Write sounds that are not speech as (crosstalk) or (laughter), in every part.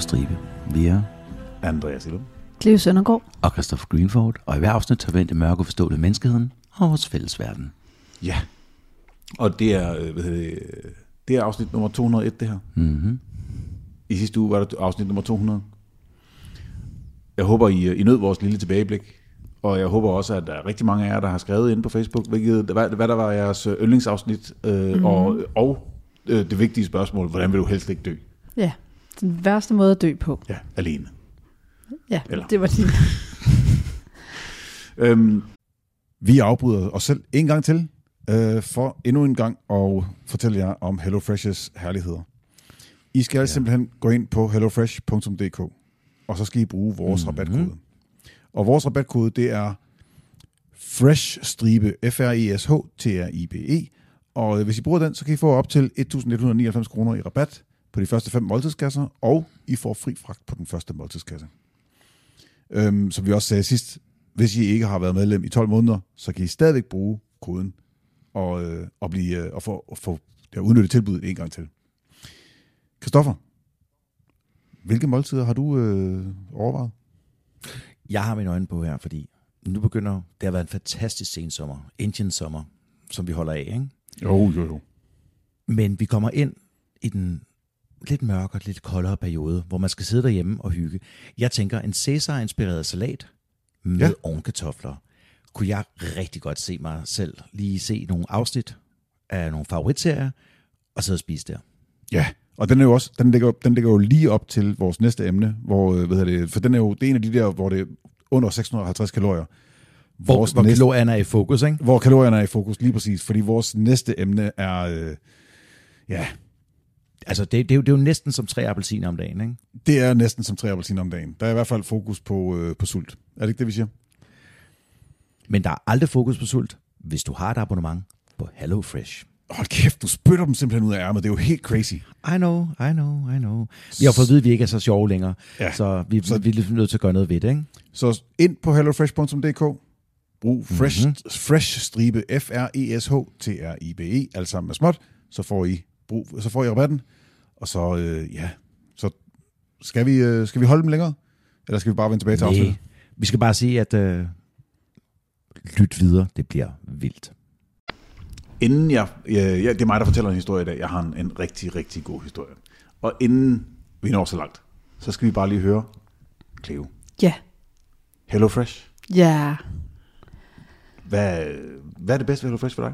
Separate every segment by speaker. Speaker 1: stribe. Vi er
Speaker 2: Andreas Illum.
Speaker 3: Cleo Søndergaard.
Speaker 1: og Christopher Greenford, og i hver afsnit tager vi ind i mørke forståelse af menneskeheden og vores fælles verden.
Speaker 2: Ja. Og det er, øh, hvad hedder det, øh, det er afsnit nummer 201, det her.
Speaker 1: Mm-hmm.
Speaker 2: I sidste uge var der afsnit nummer 200. Jeg håber, I, øh, I nød vores lille tilbageblik. Og jeg håber også, at der er rigtig mange af jer, der har skrevet ind på Facebook, hvilket, hvad, hvad der var jeres øh, yndlingsafsnit, øh, mm. og, og øh, det vigtige spørgsmål, hvordan vil du helst ikke dø?
Speaker 3: Ja, den værste måde at dø på.
Speaker 2: Ja, alene.
Speaker 3: Ja,
Speaker 2: Eller-
Speaker 3: det var din.
Speaker 2: Øhm,
Speaker 4: Vi afbryder os selv en gang til, øh, for endnu en gang at fortælle jer om HelloFresh's herligheder. I skal ja. simpelthen gå ind på hellofresh.dk, og så skal I bruge vores mm-hmm. rabatkode. Og vores rabatkode, det er FRESH-stribe, E F-R-E-S-H-T-R-I-B-E, og øh, hvis I bruger den, så kan I få op til 1.199 kroner i rabat på de første fem måltidskasser, og I får fri fragt på den første måltidskasse. Øhm, som vi også sagde sidst, hvis I ikke har været medlem i 12 måneder, så kan I stadigvæk bruge koden og, øh, og, blive, øh, og få, og få ja, udnyttet tilbuddet en gang til. Kristoffer, hvilke måltider har du øh, overvejet?
Speaker 5: Jeg har mine øjne på her, fordi nu begynder, det har været en fantastisk sensommer, Indian sommer, som vi holder af, ikke?
Speaker 4: Jo, jo, jo.
Speaker 5: Men vi kommer ind i den lidt mørkere, lidt koldere periode, hvor man skal sidde derhjemme og hygge. Jeg tænker, en Cæsar-inspireret salat med
Speaker 4: Ja.
Speaker 5: ja. ovenkartofler, kunne jeg rigtig godt se mig selv lige se nogle afsnit af nogle favoritserier, og sidde og spise der.
Speaker 4: Ja, og den, er jo også, den, ligger, den ligger jo lige op til vores næste emne, hvor, øh, hvad hedder det, for den er jo det er en af de der, hvor det er under 650 kalorier.
Speaker 5: Hvor, hvor kalorierne er i fokus, ikke?
Speaker 4: hvor kalorierne er i fokus, lige præcis, fordi vores næste emne er, øh, ja,
Speaker 5: Altså, det, det, er jo, det er jo næsten som tre appelsiner om dagen, ikke?
Speaker 4: det er næsten som tre appelsiner om dagen. Der er i hvert fald fokus på, øh, på sult. Er det ikke det, vi siger?
Speaker 5: Men der er aldrig fokus på sult, hvis du har et abonnement på HelloFresh.
Speaker 4: Hold kæft, du spytter dem simpelthen ud af ærmet. Det er jo helt crazy.
Speaker 5: I know, I know, I know. Vi har fået at vide, at vi ikke er så sjove længere,
Speaker 4: Ja.
Speaker 5: ja. så, vi, så vi er lidt nødt til at gøre noget ved det, ikke?
Speaker 4: Så ind på hellofresh.dk,
Speaker 5: Mhm.
Speaker 4: brug fresh, mm-hmm. fresh stribe, E F-R-E-S-H-T-R-I-B-E, E, alt sammen med småt, så får I, brug, så får I rabatten, og så, øh, ja, så skal vi, øh, skal vi holde dem længere? Eller skal vi bare vende tilbage til afsnittet?
Speaker 5: Nej. Vi skal bare sige, at øh, lyt videre, det bliver vildt.
Speaker 2: inden jeg, jeg, jeg, det er mig, der fortæller en historie i dag. Jeg har en, en rigtig, rigtig god historie. Og inden vi når så langt, så skal vi bare lige høre Cleo.
Speaker 3: Ja,
Speaker 2: Hello Fresh.
Speaker 3: (laughs) ja.
Speaker 2: Hvad, hvad er det bedste ved Hello Fresh for dig?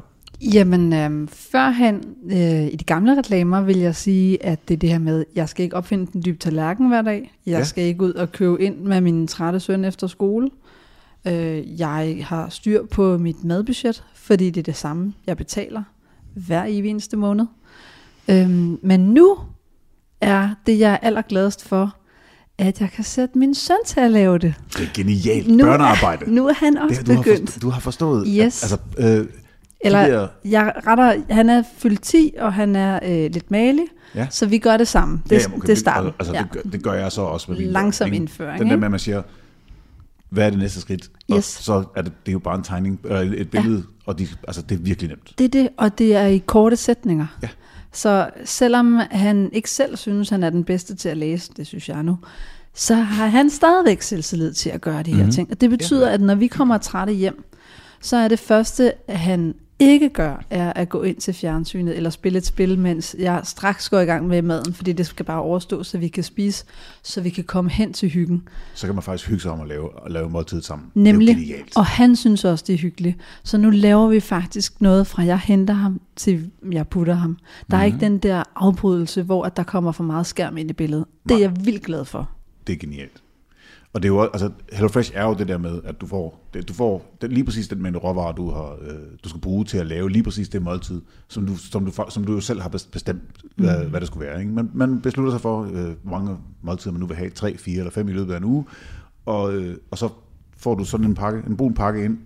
Speaker 3: Jamen, øhm, førhen øh, i de gamle reklamer vil jeg sige, at det er det her med, jeg skal ikke opfinde den dybe tallerken hver dag. Jeg
Speaker 2: Ja.
Speaker 3: ja. skal ikke ud og købe ind med min trætte søn efter skole. Øh, jeg har styr på mit madbudget, fordi det er det samme, jeg betaler hver evig eneste måned. Øhm, men nu er det, jeg er allergladest for, at jeg kan sætte min søn til at lave det.
Speaker 2: Det er genialt
Speaker 3: Nu
Speaker 2: børnearbejde.
Speaker 3: Er, (laughs) nu er han også
Speaker 2: det, du, har
Speaker 3: begyndt.
Speaker 2: forstået, du har forstået.
Speaker 3: Yes.
Speaker 2: At, altså, øh,
Speaker 3: Eller,
Speaker 2: de der,
Speaker 3: jeg retter, han er fyldt 10, og han er øh, lidt malig,
Speaker 2: Ja.
Speaker 3: så vi gør det sammen. Det,
Speaker 2: jamen,
Speaker 3: det er starten.
Speaker 2: Altså, ja. det, gør, det gør jeg så også med min
Speaker 3: Langsom
Speaker 2: børn, ikke?
Speaker 3: indføring,
Speaker 2: Den der
Speaker 3: ikke?
Speaker 2: med, at man siger, hvad er det næste skridt? Og
Speaker 3: Yes.
Speaker 2: så er det, det er jo bare en tegning, eller et billede, ja. og de, altså, det er virkelig nemt.
Speaker 3: Det er det, og det er i korte sætninger.
Speaker 2: Ja.
Speaker 3: Så selvom han ikke selv synes, han er den bedste til at læse, det synes jeg nu, så har han stadigvæk selvtillid til at gøre de her mm-hmm. ting. Og det betyder, at når vi kommer trætte hjem, så er det første, han ikke gør, er at gå ind til fjernsynet eller spille et spil, mens jeg straks går i gang med maden, fordi det skal bare overstå, så vi kan spise, så vi kan komme hen til hyggen.
Speaker 2: så kan man faktisk hygge sig om at lave, at lave måltid sammen.
Speaker 3: Nemlig.
Speaker 2: Det er jo genialt.
Speaker 3: og han synes også, det er hyggeligt. Så nu laver vi faktisk noget fra, jeg henter ham, til jeg putter ham. Der er
Speaker 2: Mhm.
Speaker 3: mm-hmm. ikke den der afbrydelse, hvor at der kommer for meget skærm ind i billedet. Det er jeg vildt glad for.
Speaker 2: Det er genialt. Og det er jo også, altså, HelloFresh er jo det der med, at du får, det, du får det, lige præcis den mængde råvarer, du, har, øh, du skal bruge til at lave lige præcis det måltid, som du, som du, fa- som du jo selv har bes- bestemt, hvad, mm. hvad det skulle være. Ikke? Man, man beslutter sig for, øh, hvor mange måltider man nu vil have, tre, fire eller fem i løbet af en uge, og, øh, og så får du sådan en pakke, en brun pakke ind,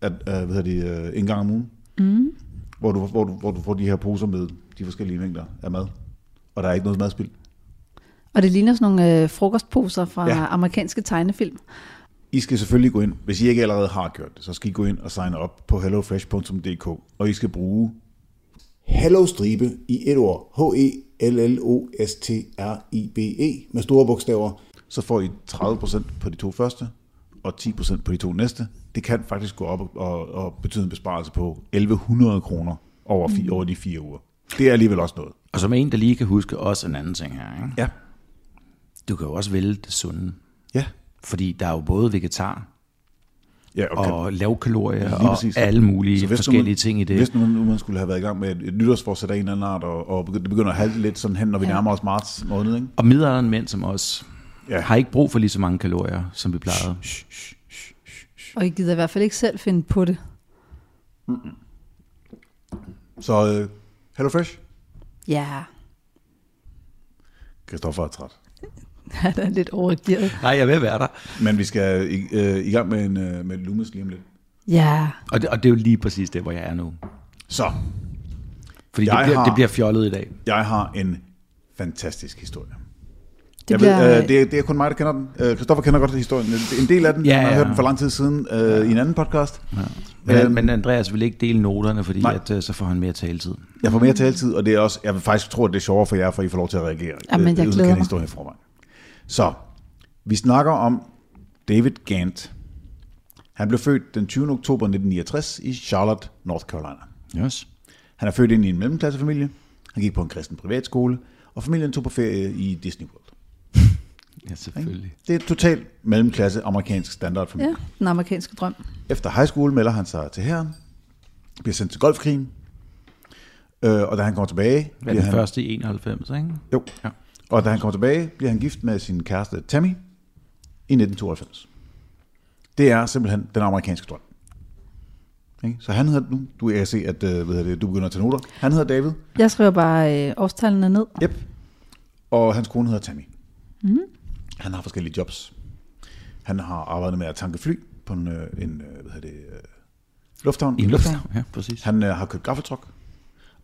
Speaker 2: at, øh, hvad hedder det, øh, en gang om ugen, mm. hvor, du, hvor, du, hvor du får de her poser med de forskellige mængder af mad, og der er ikke noget madspild.
Speaker 3: Og det ligner sådan nogle øh, frokostposer fra
Speaker 2: Ja.
Speaker 3: ja. amerikanske tegnefilm.
Speaker 2: I skal selvfølgelig gå ind, hvis I ikke allerede har gjort det, så skal I gå ind og signe op på hellofresh.dk, og I skal bruge Hello Stribe i et ord. E H-E-L-L-O-S-T-R-I-B-E E med store bogstaver. Så får I 30% på de to første, og 10% på de to næste. Det kan faktisk gå op og, og betyde en besparelse på 1100 kroner over, fi, over de fire uger. Det er alligevel også noget.
Speaker 1: Og som en, der lige kan huske også en anden ting her. Ikke?
Speaker 2: Ja.
Speaker 1: Du kan jo også vælge det sunde.
Speaker 2: Ja.
Speaker 1: Fordi der er jo både vegetar
Speaker 2: ja og kan-
Speaker 1: og lavkalorier
Speaker 2: Lige
Speaker 1: og
Speaker 2: præcis.
Speaker 1: alle mulige
Speaker 2: Så hvis nu
Speaker 1: forskellige
Speaker 2: man-
Speaker 1: ting i det.
Speaker 2: Hvis nu man, nu man skulle have været i gang med et, et nytårsforsæt af en eller anden art, og, og begynder- det begynder at halte lidt sådan hen, når vi ja. nærmer os marts måned, ikke?
Speaker 1: Og midalderen mænd som os
Speaker 2: Ja.
Speaker 1: ja. har ikke brug for lige så mange kalorier, som vi plejede.
Speaker 3: Og I gider i hvert fald ikke selv finde på det.
Speaker 2: Så øh, hello fresh.
Speaker 3: Ja,
Speaker 2: Kristoffer er træt.
Speaker 3: (laughs) han er lidt overgivet.
Speaker 1: (laughs) Nej, jeg vil være der.
Speaker 2: Men vi skal i, øh, i gang med, en, øh, med Loomis lige om lidt.
Speaker 3: Ja,
Speaker 1: Og det, og det er jo lige præcis det, hvor jeg er nu.
Speaker 2: Så,
Speaker 1: Fordi det
Speaker 2: Jeg
Speaker 1: bliver,
Speaker 2: har-
Speaker 1: det bliver fjollet i dag.
Speaker 2: jeg har en fantastisk historie.
Speaker 3: det
Speaker 2: jeg
Speaker 3: bliver...
Speaker 2: ved, øh, det, er, det er kun mig, der kender den. Øh, Kristoffer kender godt historien. En del af den,
Speaker 1: Ja,
Speaker 2: ja, han har
Speaker 1: ja.
Speaker 2: hørt den for lang tid siden øh, i en anden podcast.
Speaker 1: Men,
Speaker 2: Øhm.
Speaker 1: øhm, men Andreas vil ikke dele noterne, fordi
Speaker 2: Nej.
Speaker 1: at, øh, så får han mere taletid.
Speaker 2: Jeg får mere taletid, og det er også, jeg vil faktisk tro, at det er sjovere for jer, for I får lov til at reagere.
Speaker 3: Jamen,
Speaker 2: Øh,
Speaker 3: jeg
Speaker 2: uden at
Speaker 3: glæder
Speaker 2: kende
Speaker 3: mig.
Speaker 2: historien i forvejen. Så, vi snakker om David Gant. Han blev født den 20. oktober 1969 i Charlotte, North Carolina.
Speaker 1: Yes.
Speaker 2: Han er født ind i en mellemklassefamilie. Han gik på en kristen privatskole, og familien tog på ferie i Disney World.
Speaker 1: Ja, selvfølgelig.
Speaker 2: Det er totalt mellemklasse amerikansk standardfamilie.
Speaker 3: Ja, den amerikanske drøm.
Speaker 2: Efter high school melder han sig til herren, bliver sendt til golfkrigen, øh, og da han kommer tilbage,
Speaker 1: Hvad
Speaker 2: bliver
Speaker 1: er den
Speaker 2: han,
Speaker 1: første i 91, ikke?
Speaker 2: jo,
Speaker 1: Ja.
Speaker 2: og da han kommer tilbage, bliver han gift med sin kæreste Tammy i 1992. Det er simpelthen den amerikanske drøm. Ikke? Så han hedder nu, du jeg kan se, at øh, hvad hedder det, du begynder at tage noter. Han hedder David,
Speaker 3: Jeg skriver bare øh, årstallene ned.
Speaker 2: Yep. Og hans kone hedder Tammy. Mm-hmm. Han har forskellige jobs. Han har arbejdet med at tanke fly på en, øh, en øh, hvad hedder det, øh, lufthavn.
Speaker 1: I en lufthavn, ja, præcis.
Speaker 2: Han øh, har købt gaffeltruck.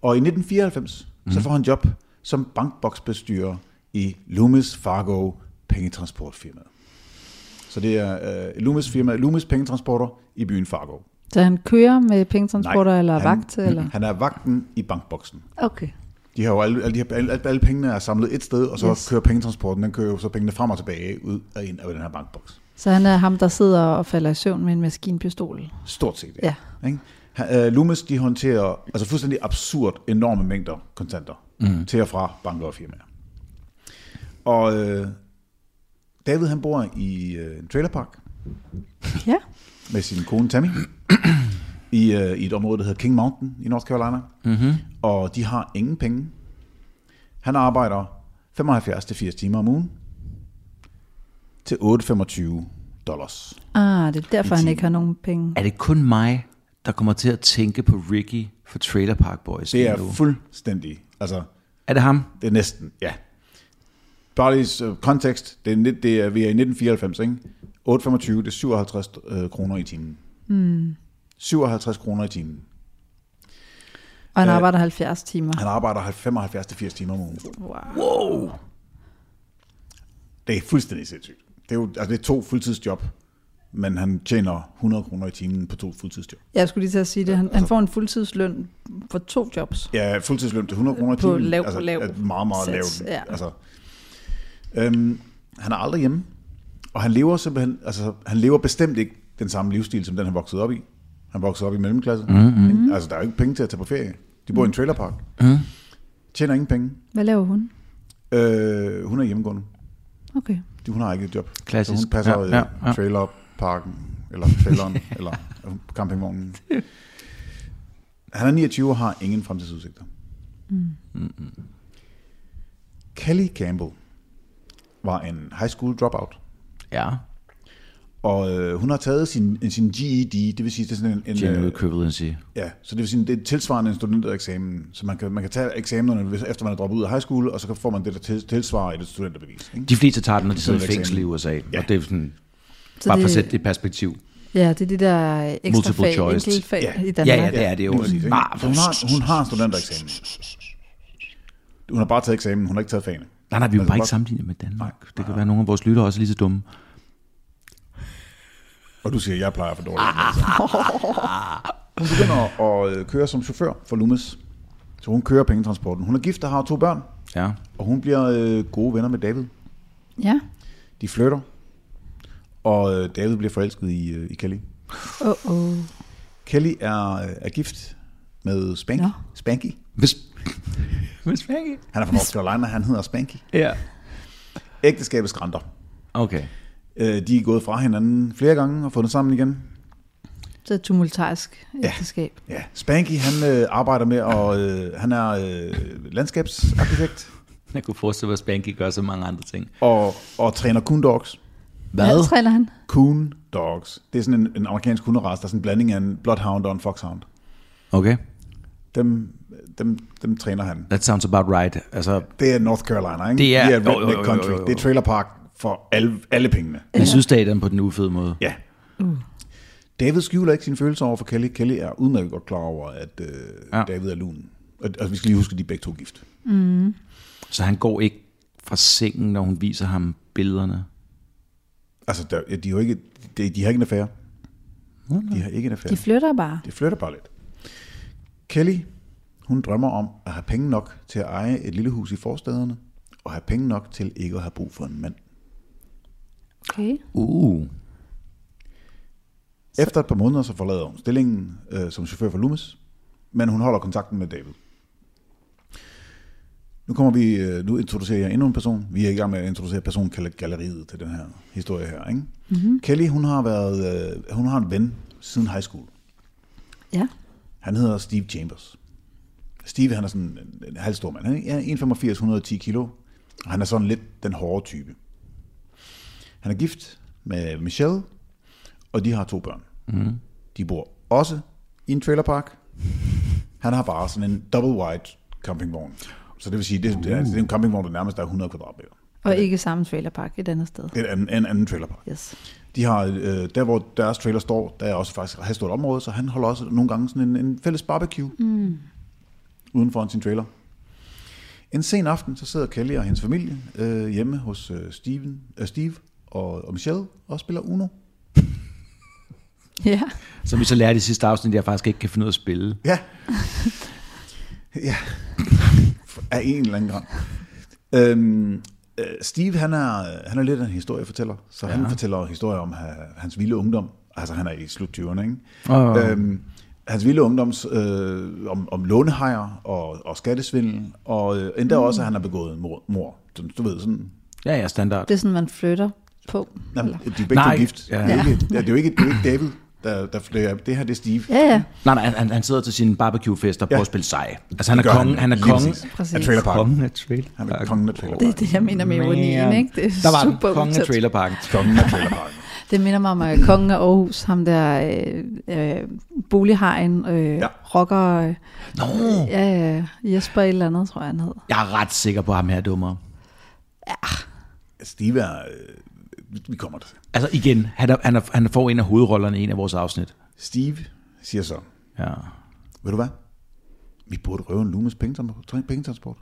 Speaker 2: Og i 1994, mm-hmm. så får han job som bankboksbestyrer i Loomis Fargo pengetransportfirmaet. Så det er øh, Loomis firma, Loomis pengetransporter i byen Fargo.
Speaker 3: Så han kører med
Speaker 2: Nej,
Speaker 3: pengetransporter eller
Speaker 2: han, Mm-hmm.
Speaker 3: vagt? Eller?
Speaker 2: Han er vagten i bankboksen.
Speaker 3: Okay.
Speaker 2: De har jo alle, alle, de her, alle, alle pengene er samlet et sted, og så yes.
Speaker 3: Yes.
Speaker 2: kører pengetransporten, den kører jo så pengene frem og tilbage ud af, en, af den her bankboks.
Speaker 3: Så han er ham, der sidder og falder i søvn med en maskinpistol?
Speaker 2: Stort set,
Speaker 3: Ja.
Speaker 2: Ikke? Han, øh, Loomis, de håndterer altså fuldstændig absurd enorme mængder kontanter mm. til og fra banker og firmaer. Og øh, David, han bor i øh, en trailerpark
Speaker 3: Ja.
Speaker 2: med sin kone (clears throat) Tammy i, øh, i et område, der hedder King Mountain i North Carolina. Mm-hmm. Og de har ingen penge. Han arbejder 75-80 timer om ugen til 8,25 dollars.
Speaker 3: Ah, det er derfor, han
Speaker 2: timen.
Speaker 3: ikke har nogen penge.
Speaker 1: Er det kun mig, der kommer til at tænke på Ricky fra Trailer Park Boys?
Speaker 2: Det er
Speaker 1: lige nu?
Speaker 2: fuldstændig, altså
Speaker 1: er det ham?
Speaker 2: det er næsten, ja. Bare lige øh, kontekst, det er, nit- det er, vi er i 1994, ikke? 8,25, det er 57 øh, kroner i timen. Mm. 57 kroner i timen.
Speaker 3: Og han
Speaker 2: Øh,
Speaker 3: arbejder 70 timer.
Speaker 2: Han arbejder 75-80 timer om ugen.
Speaker 3: Wow.
Speaker 2: Det er fuldstændig sindssygt. Det er jo altså det er to fuldtidsjob, men han tjener 100 kroner i timen på to fuldtidsjob.
Speaker 3: Jeg skulle lige til at sige det. Han, han får en fuldtidsløn for to jobs.
Speaker 2: Ja, fuldtidsløn til 100 kroner i
Speaker 3: På
Speaker 2: timen.
Speaker 3: lav-
Speaker 2: altså,
Speaker 3: lav
Speaker 2: er meget, meget
Speaker 3: sats,
Speaker 2: lav.
Speaker 3: ja.
Speaker 2: Altså, øhm, han er aldrig hjemme, og han lever simpelthen, altså han lever bestemt ikke den samme livsstil, som den han voksede op i. Han voksede op i mellemklasse. Mm-hmm. Altså, der er jo ikke penge til at tage på ferie. De bor i en trailerpark. Mm. Tjener ingen penge.
Speaker 3: Hvad laver hun?
Speaker 2: Øh, hun er hjemmegående.
Speaker 3: Okay.
Speaker 2: De- Hun har ikke et job.
Speaker 1: Klassisk.
Speaker 2: Så hun passer
Speaker 1: Ja, ja, ja.
Speaker 2: trailerparken, eller
Speaker 1: (laughs)
Speaker 2: traileren, eller campingvognen. Han er 29 og har ingen fremtidsudsigter. Mm. Kelly Campbell var en high school dropout,
Speaker 1: Ja.
Speaker 2: og øh, hun har taget sin, sin GED, det vil sige, det er sådan en... en
Speaker 1: General
Speaker 2: øh,
Speaker 1: Equivalency.
Speaker 2: Ja, så det vil sige, det er tilsvarende en studentereksamen. Så man kan, man kan tage eksamenerne, hvis- efter man er droppet ud af high school, og så kan- får man det, der til- tilsvarer et studenterbevis. Ikke?
Speaker 1: De fleste tager den, når de sidder i
Speaker 2: Sådan en
Speaker 1: fængsel i
Speaker 2: eksamen.
Speaker 1: USA.
Speaker 2: Ja.
Speaker 1: Ja. Og det er sådan,
Speaker 3: Så
Speaker 1: bare for at
Speaker 3: det,
Speaker 1: sætte det i perspektiv.
Speaker 3: Ja, det er de der øh, ekstra
Speaker 1: Multiple
Speaker 3: fag,
Speaker 1: choice.
Speaker 3: enkeltfag
Speaker 2: Ja.
Speaker 3: i
Speaker 1: Ja,
Speaker 3: Danmark.
Speaker 1: ja, det er det jo.
Speaker 2: Lige præcis, ikke?
Speaker 1: Nej,
Speaker 2: Så hun, har, hun har en studentereksamen. Hun har bare taget eksamen, hun har ikke taget fagene.
Speaker 1: nej, nej, vi er
Speaker 2: Altså,
Speaker 1: bare ikke
Speaker 2: bare-
Speaker 1: sammenlignet med Danmark. Det kan være, at nogle af vores lyttere også er lige så dumme.
Speaker 2: Og du siger, at jeg plejer Ah. (laughs) for dårligt. Altså. Hun begynder at øh, køre som chauffør for Loomis. Så hun kører pengetransporten. Hun er gift og har to børn,
Speaker 1: Ja.
Speaker 2: og hun bliver øh, gode venner med David.
Speaker 3: Ja.
Speaker 2: De flytter, og øh, David bliver forelsket i, øh, i Kelly.
Speaker 3: Oh, oh.
Speaker 2: Kelly er, øh, er gift med Spanky.
Speaker 3: Nå.
Speaker 2: Spanky.
Speaker 1: Hvis... (laughs) Hvis ikke.
Speaker 2: Han er fra North Carolina, han hedder Spanky.
Speaker 1: Ja.
Speaker 2: Ægteskabet skrænder.
Speaker 1: Okay.
Speaker 2: Øh, de er gået fra hinanden flere gange og fundet sammen igen.
Speaker 3: Så et tumultarisk ægteskab.
Speaker 2: Ja, Spanky han øh, arbejder med, og øh, han er øh, landskabsarkitekt
Speaker 1: Jeg kunne forestille mig, at Spanky gør så mange andre ting.
Speaker 2: og, og træner coon dogs.
Speaker 3: Hvad træner han?
Speaker 2: Coon dogs. Det er sådan en, en amerikansk hunderace, der er sådan en blanding af en bloodhound og en foxhound.
Speaker 1: Okay.
Speaker 2: Dem, dem, dem træner han.
Speaker 1: That sounds about right. Altså,
Speaker 2: Det er North Carolina, ikke?
Speaker 1: Det er-
Speaker 2: det er
Speaker 1: jo, jo, jo,
Speaker 2: redneck country.
Speaker 1: jo, jo.
Speaker 2: Det er trailer park for alle, alle pengene.
Speaker 1: i sydstaterne på den ufede måde.
Speaker 2: Ja. David skjuler ikke sine følelser over for Kelly. Kelly er udmærket godt klar over, at øh,
Speaker 1: Ja.
Speaker 2: ja. David er lun. Og, og vi skal lige huske, at de er begge to gift.
Speaker 1: Så han går ikke fra sengen, når hun viser ham billederne.
Speaker 2: Altså, der, ja, de, er jo ikke, de, de har ikke en affære. De har ikke en affære.
Speaker 3: De flytter bare.
Speaker 2: Det flytter bare lidt. Kelly, hun drømmer om at have penge nok til at eje et lille hus i forstederne, og have penge nok til ikke at have brug for en mand.
Speaker 3: Okay.
Speaker 1: Uh.
Speaker 2: Efter et par måneder, så forlader hun stillingen øh, som chauffør for Loomis, men hun holder kontakten med David. Nu kommer vi, øh, nu introducerer jeg endnu en person. Vi er i gang med at introducere persongalleriet til den her historie her. Ikke? Mm-hmm. Kelly, hun har, været, øh, hun har en ven siden high school.
Speaker 3: Ja.
Speaker 2: Han hedder Steve Chambers. Steve, han er sådan en, en halvstor mand. Han er 1,85, 110 kilo. Og han er sådan lidt den hårde type. Han er gift med Michelle, og de har to børn. Mm. De bor også i en trailerpark. Han har bare sådan en double wide campingvogn. Så det vil sige, det, det, er, det er en campingvogn, der nærmest er 100 kvadratmeter.
Speaker 3: Og ikke samme trailerpark et andet sted.
Speaker 2: Det er en, en anden trailerpark.
Speaker 3: Yes.
Speaker 2: De har, øh, der hvor deres trailer står, der er også faktisk et stort område, så han holder også nogle gange sådan en, en fælles barbecue mm. uden for sin trailer. En sen aften, så sidder Kelly og hendes familie øh, hjemme hos øh, Steven, øh, Steve og, og Michelle og spiller Uno.
Speaker 3: Ja.
Speaker 1: Som vi så lærte i sidste afsnit, at jeg faktisk ikke kan finde ud af at spille.
Speaker 2: Ja. (laughs) ja. Af en eller anden grund. Øhm, øh, Steve, han er, han er lidt af en historiefortæller, så ja. han fortæller historier om ha- hans vilde ungdom. Altså, han er i slut 20'erne, ikke?
Speaker 1: Åh.
Speaker 2: Øhm, hans vilde ungdoms, øh, om, om lånehajer og, og skattesvindel, og øh, endda mm. også, at han har begået mor. mor. Du, du ved, sådan...
Speaker 1: Ja, ja, standard.
Speaker 3: Det er sådan, man flytter på.
Speaker 2: Jamen,
Speaker 3: Eller?
Speaker 2: de er begge
Speaker 1: Nej.
Speaker 2: to gift.
Speaker 1: Ja.
Speaker 2: Ja. Det, er ikke, ja, det, er jo ikke, det er jo ikke David, der, der, der, det her det er Steve.
Speaker 3: Ja, ja.
Speaker 1: Nej, nej, han, han sidder til sin barbecue-fest og prøver ja. at spille sej. Altså, han er
Speaker 2: Det gør
Speaker 1: kongen, han er
Speaker 2: lige
Speaker 1: kongen.
Speaker 2: præcis.
Speaker 3: Præcis.
Speaker 2: Af trailerparken.
Speaker 1: Kongen af trailerparken.
Speaker 2: Han er kongen af trailerparken.
Speaker 3: Det er det, jeg mener med ironien, ikke? Det er
Speaker 1: der var den,
Speaker 3: super
Speaker 1: kongen af
Speaker 3: utæt.
Speaker 1: trailerparken.
Speaker 2: Kongen af trailerparken.
Speaker 3: Det minder mig om øh, kongen af Aarhus, ham der øh, øh, bolighajen, øh, ja.
Speaker 2: Ja.
Speaker 3: rocker, øh,
Speaker 1: Nå,
Speaker 3: ja, ja, Jesper et eller andet, tror jeg han hed.
Speaker 1: jeg er ret sikker på ham her, dummer.
Speaker 2: Steve er... Øh, vi- vi kommer til.
Speaker 1: Altså igen, han, er, han, er, han får en af hovedrollerne i en af vores afsnit.
Speaker 2: Steve siger så,
Speaker 1: Ja.
Speaker 2: ved du hvad? Vi burde røve en Loomis pengetransport, tre- pengetransport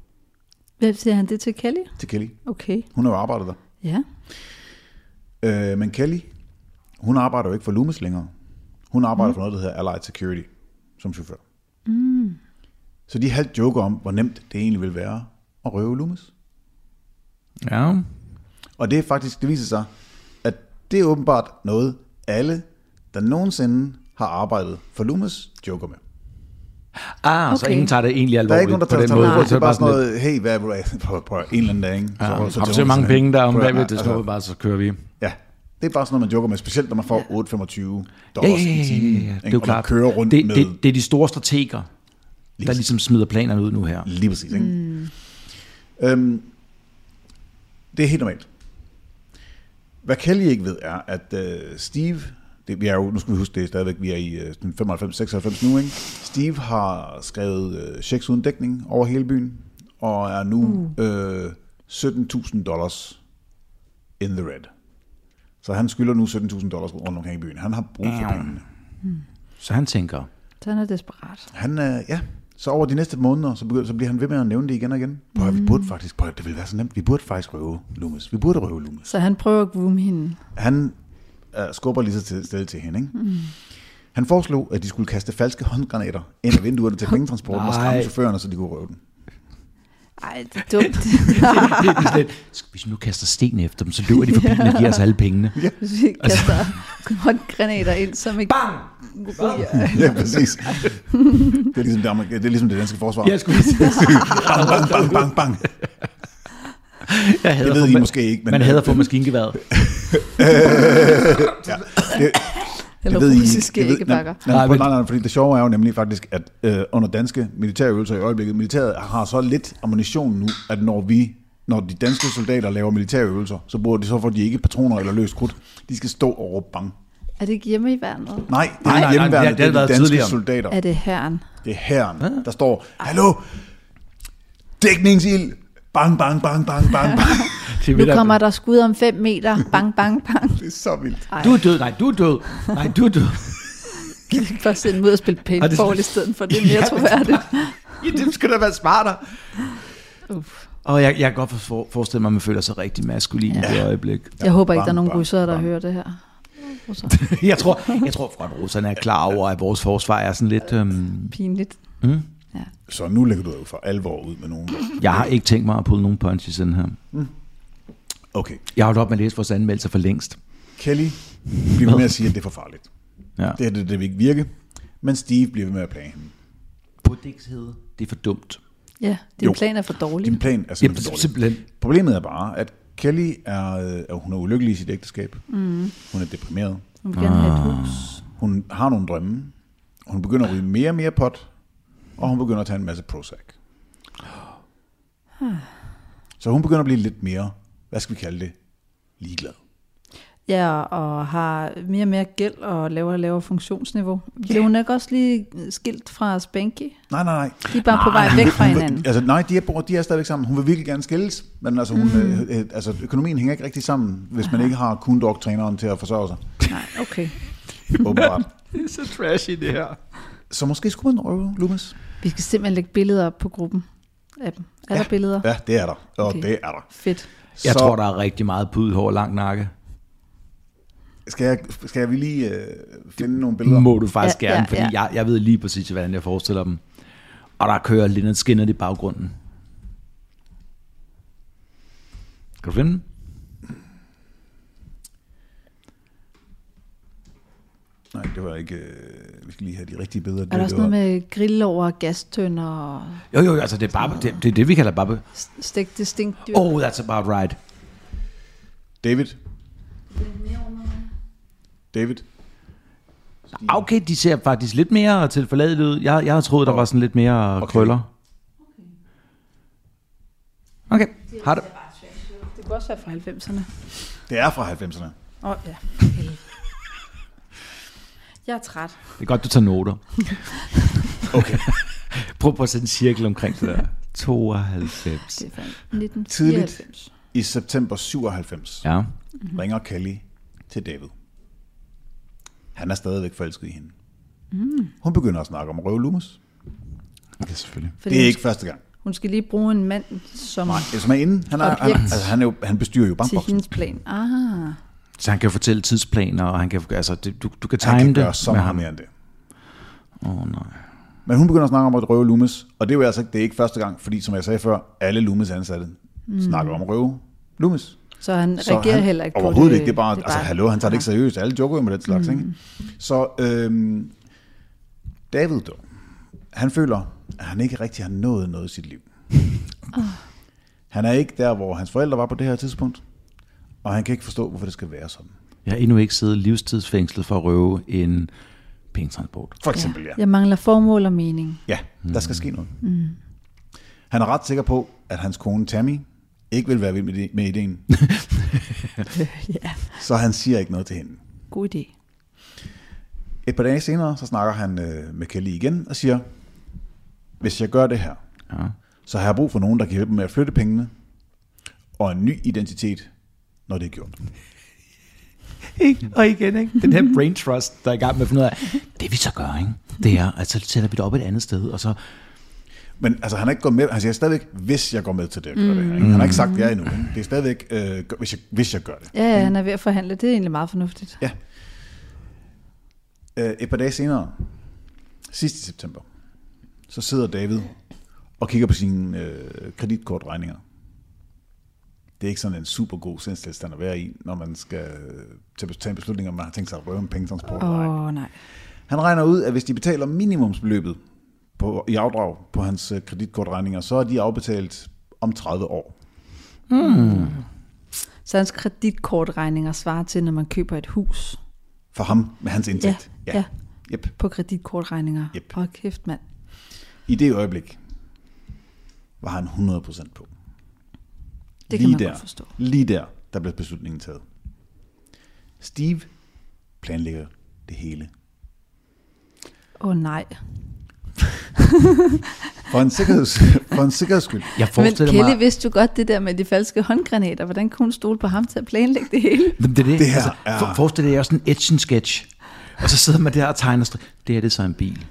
Speaker 3: Hvem siger han det til Kelly?
Speaker 2: til Kelly.
Speaker 3: Okay,
Speaker 2: Hun har jo arbejdet der.
Speaker 3: ja.
Speaker 2: Øh, men Kelly, hun arbejder jo ikke for Loomis længere. Hun arbejder mm. for noget, der hedder Allied Security, som chauffør. Mm. Så de halvt joker om, hvor nemt det egentlig vil være at røve Loomis.
Speaker 1: Ja.
Speaker 2: Og det er faktisk, det viser sig, at det er åbenbart noget, alle, der nogensinde har arbejdet for Loomis, joker med.
Speaker 1: Ah, okay. så
Speaker 3: Okay.
Speaker 1: ingen tager det egentlig
Speaker 2: Der er
Speaker 1: alvorligt
Speaker 2: ikke nogen, der
Speaker 1: på
Speaker 2: tager
Speaker 1: den måde.
Speaker 2: det. Det er bare sådan
Speaker 1: lidt,
Speaker 2: noget, hey, hvad (laughs) vil du prøv, prøv, en eller anden dag, ikke? Så,
Speaker 1: Ja, har du
Speaker 2: tænker
Speaker 1: så
Speaker 2: man
Speaker 1: mange
Speaker 2: sådan,
Speaker 1: penge der er om
Speaker 2: prøv at-
Speaker 1: bagved, det
Speaker 2: altså,
Speaker 1: står bare, så kører vi.
Speaker 2: Ja, det er bare sådan noget, man joker med, specielt når man får 8,25
Speaker 1: Ja, ja,
Speaker 2: dollars
Speaker 1: ja,
Speaker 2: i
Speaker 1: ja,
Speaker 2: timen,
Speaker 1: ja, det er jo
Speaker 2: ikke? og man
Speaker 1: klart.
Speaker 2: kører rundt
Speaker 1: det,
Speaker 2: med
Speaker 1: det, det er de store strateger, der
Speaker 2: præcis.
Speaker 1: ligesom smider planerne ud nu her.
Speaker 2: lige præcis. Ikke? Øhm, det er helt normalt. Hvad Kelly ikke ved er, at øh, Steve, det, vi er jo, nu skal vi huske det er stadigvæk, vi er i øh, 95-96 nu, ikke? Steve har skrevet øh, checks uden dækning over hele byen, og er nu øh, 17.000 dollars in the red. Så han skylder nu 17.000 dollars rundt omkring i byen. Han har brug for pengene.
Speaker 1: Så han
Speaker 2: (laughs)
Speaker 1: tænker, (laughs)
Speaker 3: Så han er desperat.
Speaker 2: Han, øh, ja, så over de næste måneder, så, begynder, så bliver han ved med at nævne det igen og igen. Prøv, mm. vi burde faktisk, prøv, det ville være så nemt, vi burde faktisk røve Loomis. Vi burde røve Loomis.
Speaker 3: Så han prøver at groome hende.
Speaker 2: Han øh, skubber lige så til, stille til hende, ikke? Mm. Han foreslog, at de skulle kaste falske håndgranater ind ad vinduerne (laughs) til pengetransporten og skræmme
Speaker 5: Nej.
Speaker 2: chaufførerne, så de kunne røve den.
Speaker 3: Ej, det er dumt. (laughs)
Speaker 1: Det er sådan lidt, Hvis vi nu kaster sten efter dem, så løber de forbi den og giver os alle
Speaker 2: (laughs)
Speaker 1: pengene.
Speaker 3: Hvis vi
Speaker 2: Altså.
Speaker 3: kaster håndgranater ind, som ikke... Bang!
Speaker 2: (laughs) Ja, præcis. Det er ligesom det, amerik- det, er ligesom det danske forsvar.
Speaker 5: Jeg skulle lige til at sige,
Speaker 2: (laughs) Bang, bang, bang, bang, bang.
Speaker 1: (laughs)
Speaker 5: jeg hader
Speaker 2: Det ved
Speaker 5: for-
Speaker 2: I måske ikke, men
Speaker 5: Man hader for
Speaker 2: (laughs)
Speaker 5: maskingeværet.
Speaker 3: Eller
Speaker 2: det ved I ikke.
Speaker 3: russiske
Speaker 2: Det ved-
Speaker 3: æggebakker.
Speaker 2: Nej, nej,
Speaker 5: Nej,
Speaker 2: nej,
Speaker 5: men-
Speaker 2: nej, nej, fordi det sjove er jo nemlig faktisk, at øh, under danske militærøvelser i øjeblikket, militæret har så lidt ammunition nu, at når vi når de danske soldater laver militærøvelser, så bruger de så for de ikke patroner eller løs krudt. De skal stå og råbe bang.
Speaker 3: Er det ikke hjemme i vandet?
Speaker 2: Nej, det
Speaker 5: nej,
Speaker 2: er
Speaker 5: nej,
Speaker 2: hjemmeværende,
Speaker 5: det- det
Speaker 2: det er
Speaker 5: har
Speaker 2: de
Speaker 5: været
Speaker 2: danske
Speaker 5: tidligere.
Speaker 2: soldater.
Speaker 3: Er det herren?
Speaker 2: Det er herren, der står, hallo, dækningsild, bang, bang, bang, bang, bang, bang.
Speaker 3: (laughs)
Speaker 5: Det
Speaker 3: Nu kommer der skud om 5 meter. Bang, bang, bang.
Speaker 2: Det er så vildt.
Speaker 5: Du er død, nej, du er død. Nej, du er død.
Speaker 3: (laughs) Kan vi ikke bare sende dem ud og spille paintball i stedet for? Det (laughs) er mere
Speaker 5: Ja, men-
Speaker 3: troværdigt.
Speaker 1: (laughs)
Speaker 5: Ja, det skal da være smartere.
Speaker 3: Uff.
Speaker 1: Og jeg, jeg kan godt for, forestille mig, at man føler sig rigtig maskulin ja. i det øjeblik.
Speaker 3: (laughs)
Speaker 1: (laughs)
Speaker 3: Jeg håber ikke,
Speaker 2: bang,
Speaker 3: der er nogen
Speaker 2: bang,
Speaker 3: russere, der
Speaker 2: bang.
Speaker 3: hører det her. Russer.
Speaker 5: Jeg tror,
Speaker 1: Jeg tror, at russerne er klar over, at vores forsvar er sådan lidt... Øhm,
Speaker 3: Pinligt.
Speaker 2: Så nu lægger du jo for alvor ud med nogen.
Speaker 1: jeg har ikke tænkt mig at pulle nogen punches i den her.
Speaker 2: Okay,
Speaker 1: Jeg har holdt op med at læse vores anmeldelser for længst.
Speaker 2: Kelly bliver ved med at sige, at det er for farligt.
Speaker 1: Ja.
Speaker 2: Det her det, det vil ikke virke. Men Steve bliver ved med at plage hende.
Speaker 1: Podix hedder, det er for dumt.
Speaker 3: Ja, din
Speaker 2: Jo.
Speaker 3: plan er for dårlig.
Speaker 2: Din plan er
Speaker 1: Jamen,
Speaker 2: simpelthen for dårlig.
Speaker 1: simpelthen.
Speaker 2: Problemet er bare, at Kelly er, øh, at hun er ulykkelig i sit ægteskab. Mm. Hun er deprimeret.
Speaker 3: Hun vil gerne have et hus.
Speaker 2: Hun har nogle drømme. Hun begynder at ryge mere og mere pot. Og hun begynder at tage en masse Prozac. Så hun begynder at blive lidt mere, hvad skal vi kalde det, ligeglad.
Speaker 3: Ja, og har mere og mere gæld og lavere og lavere funktionsniveau. Blev hun ikke også lige skilt fra Spanky?
Speaker 2: Nej, nej, nej.
Speaker 3: De er bare på vej væk (laughs) fra hinanden.
Speaker 2: Altså, nej, de er, bor- de er stadigvæk sammen. Hun vil virkelig gerne skilles, men altså, hun,
Speaker 3: Mm.
Speaker 2: øh, øh, altså, økonomien hænger ikke rigtig sammen, hvis man ikke har kun træneren til at forsørge sig.
Speaker 3: Nej, okay.
Speaker 2: Åbenbart.
Speaker 5: det er så trashy det her.
Speaker 2: Så måske skulle man røve, Lukas?
Speaker 3: Vi skal simpelthen lægge billeder op på gruppen af dem. Er der billeder?
Speaker 2: Ja, det er der. Og
Speaker 3: Okay.
Speaker 2: okay. det er der.
Speaker 3: Fedt.
Speaker 1: Jeg
Speaker 2: Så-
Speaker 1: så... tror, der er rigtig meget pudhår og lang nakke.
Speaker 2: Skal jeg, skal jeg lige øh, finde nogle
Speaker 1: Det
Speaker 2: billeder?
Speaker 1: må du faktisk
Speaker 3: Ja,
Speaker 1: ja, gerne,
Speaker 3: ja,
Speaker 1: ja, fordi
Speaker 3: ja.
Speaker 1: Jeg, jeg ved lige præcis, hvordan jeg forestiller dem. Og der kører Leonard Skinner i baggrunden. Kan du finde den?
Speaker 2: Nej, det var ikke... Øh, vi skal lige have de rigtige billeder.
Speaker 3: Er der
Speaker 2: det
Speaker 3: også noget med grill over gastønder og
Speaker 1: Jo, jo, altså det er, bare, det, det, er det, vi kalder babbe.
Speaker 3: s- stegte stinkdyr?
Speaker 1: Oh, that's about right.
Speaker 2: David. David.
Speaker 1: Okay, de ser faktisk lidt mere tilforladelige ud. Jeg, jeg havde troet, der var sådan lidt mere
Speaker 2: Okay.
Speaker 1: okay. krøller. Okay, har du?
Speaker 3: Det kunne også være fra 90'erne.
Speaker 2: Det er fra 90'erne.
Speaker 3: Åh, oh, ja. (laughs) Jeg er træt.
Speaker 1: Det er godt, du tager noter. Okay. Prøv på at sætte en cirkel omkring det der. 92.
Speaker 3: Det er fra 1994.
Speaker 2: I september 97 ja.
Speaker 1: Ja.
Speaker 2: ringer Kelly til David. Han er stadigvæk forelsket i hende. Mm. Hun begynder at snakke om røvlumus.
Speaker 1: Ja, selvfølgelig.
Speaker 3: Fordi
Speaker 2: Det er ikke første gang.
Speaker 3: Hun skal lige bruge en mand som
Speaker 2: Nej, som er inde. Han, er, han,
Speaker 3: Objekt.
Speaker 2: altså, han, er jo, han bestyrer jo
Speaker 3: til
Speaker 2: bankboksen.
Speaker 3: hendes plan. Ah,
Speaker 1: Så han kan jo fortælle tidsplaner, og han kan, altså, det, du, du kan time
Speaker 2: Han kan
Speaker 1: det
Speaker 2: gøre så meget mere end det. Men hun begynder at snakke om at røve Loomis, og det er jo altså ikke, det er ikke første gang, fordi som jeg sagde før, alle Loomis ansatte mm. snakker om at røve Loomis.
Speaker 3: så han reagerer
Speaker 2: han,
Speaker 3: heller ikke på det.
Speaker 2: overhovedet ikke, det er bare, det er bare altså hallo, han tager det ikke seriøst, alle joker jo med den slags, mm. ikke? Så øhm, David dog, han føler, at han ikke rigtig har nået noget i sit liv. Han er ikke der, hvor hans forældre var på det her tidspunkt, og han kan ikke forstå, hvorfor det skal være sådan.
Speaker 1: Jeg har endnu ikke siddet livstidsfængslet for at røve en pengetransport.
Speaker 2: For eksempel, ja.
Speaker 3: Jeg mangler formål og mening.
Speaker 2: Ja, der skal ske noget. Mm. Han er ret sikker på, at hans kone Tammy ikke vil være vild med, det, med ideen, Øh,
Speaker 3: ja,
Speaker 2: så han siger ikke noget til hende.
Speaker 3: god idé.
Speaker 2: Et par dage senere, så snakker han øh, med Kelly igen og siger, hvis jeg gør det her,
Speaker 1: Ja.
Speaker 2: så har jeg brug for nogen, der kan hjælpe mig med at flytte pengene, og en ny identitet, når det er gjort.
Speaker 1: Ikke? Og igen, ikke? Den her brain trust, der er i gang med at finde ud af, det vi så gør, ikke? Det er, at så sætter vi det op et andet sted, og så...
Speaker 2: Men altså, han er ikke gået med, han siger stadigvæk, hvis jeg går med til det, jeg gør det her. Ikke? Han har ikke sagt ja endnu. Ikke? Det er stadigvæk, øh, gør- hvis, jeg, hvis jeg gør det.
Speaker 3: Ja, ja, han er ved at forhandle. Det er egentlig meget fornuftigt.
Speaker 2: Ja. Øh, et par dage senere, sidst i september, så sidder David og kigger på sine øh, kreditkortregninger. Det er ikke sådan en super god sindstilstand at være i, når man skal øh, tage tage en beslutning, om man har tænkt sig at røve en pengetransport.
Speaker 3: Åh,
Speaker 2: eller ej.
Speaker 3: oh, nej.
Speaker 2: Han regner ud, at hvis de betaler minimumsbeløbet på, i afdrag på hans øh, kreditkortregninger, så er de afbetalt om 30 år.
Speaker 3: Så hans kreditkortregninger svarer til, når man køber et hus
Speaker 2: For ham med hans indtægt.
Speaker 3: Ja, ja.
Speaker 2: Yep.
Speaker 3: på kreditkortregninger.
Speaker 2: Yep.
Speaker 3: Hold kæft, mand.
Speaker 2: I det øjeblik var han 100% på.
Speaker 3: Det kan man
Speaker 2: der,
Speaker 3: godt forstå.
Speaker 2: Lige der, der blev beslutningen taget. Steve planlægger det hele.
Speaker 3: Åh oh, nej.
Speaker 2: For en sikkerheds,
Speaker 3: (laughs)
Speaker 2: for en sikkerheds skyld.
Speaker 1: Jeg
Speaker 3: Men
Speaker 1: forestiller
Speaker 3: Kelly
Speaker 1: mig...
Speaker 3: vidste jo godt det der med de falske håndgranater. Hvordan kunne hun stole på ham til at planlægge det hele?
Speaker 1: Jamen, Det, er det.
Speaker 2: Det her
Speaker 1: altså,
Speaker 2: er-
Speaker 1: for, forestil dig også en etch and sketch. Og så sidder man der og tegner stri- Det er det så en bil.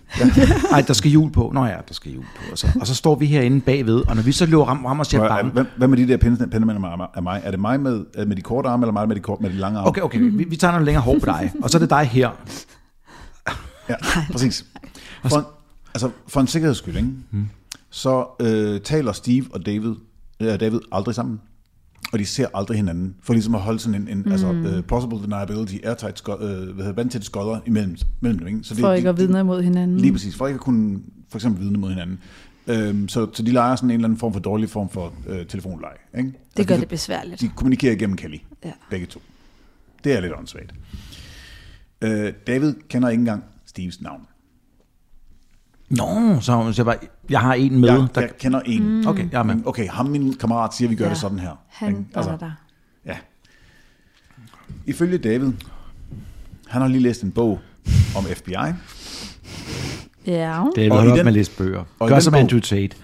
Speaker 1: Nej, der skal hjul på. Nå ja, der skal hjul på. Og så, og så står vi herinde bagved, og når vi så løber ram, rammer os, jeg bange.
Speaker 2: Hvad, hvad med de der pinde- pendemænd af mig? Er det mig med, øh, med de korte arme, eller mig med de, kort, med de lange arme?
Speaker 1: Okay, okay, vi, vi tegner noget længere hår på dig. Og så er det dig her.
Speaker 2: Ja, præcis. For en, altså, for en sikkerheds skyld, ikke? Mm.
Speaker 3: Hmm.
Speaker 2: så øh, taler Steve og David, øh, David aldrig sammen, og de ser aldrig hinanden, for ligesom at holde sådan en, en mm. altså,
Speaker 3: Hmm.
Speaker 2: uh, possible deniability, airtight, sko- øh, hvad hedder, det, vandtætte skodder imellem, mellem dem. Ikke? Så
Speaker 3: For ikke at vidne mod hinanden.
Speaker 2: Lige præcis, for ikke at kunne for eksempel vidne mod hinanden. Øhm, så, så de leger sådan en eller anden form for dårlig form for øh, telefonleje. Ikke?
Speaker 3: Det gør
Speaker 2: de,
Speaker 3: det besværligt.
Speaker 2: Altså, De kommunikerer igennem Kelly,
Speaker 3: Ja.
Speaker 2: begge to. Det er lidt åndssvagt. Øh, David kender ikke engang Steves navn.
Speaker 1: Nå, så, så jeg, bare, jeg har en med.
Speaker 2: Jeg,
Speaker 1: der,
Speaker 2: jeg kender en.
Speaker 1: okay, jeg er med.
Speaker 2: Mm. Okay, ham min kammerat siger, vi gør
Speaker 3: Ja.
Speaker 2: ja. det sådan her.
Speaker 3: Han
Speaker 2: Ikke?
Speaker 3: altså. der.
Speaker 2: ja. Ifølge David, han har lige læst en bog om FBI.
Speaker 3: Ja.
Speaker 1: Det er
Speaker 2: Og i
Speaker 1: noget
Speaker 2: den-
Speaker 1: med at læse bøger.
Speaker 2: og i
Speaker 1: Gør
Speaker 2: den
Speaker 1: som
Speaker 2: bog-
Speaker 1: Andrew Tate.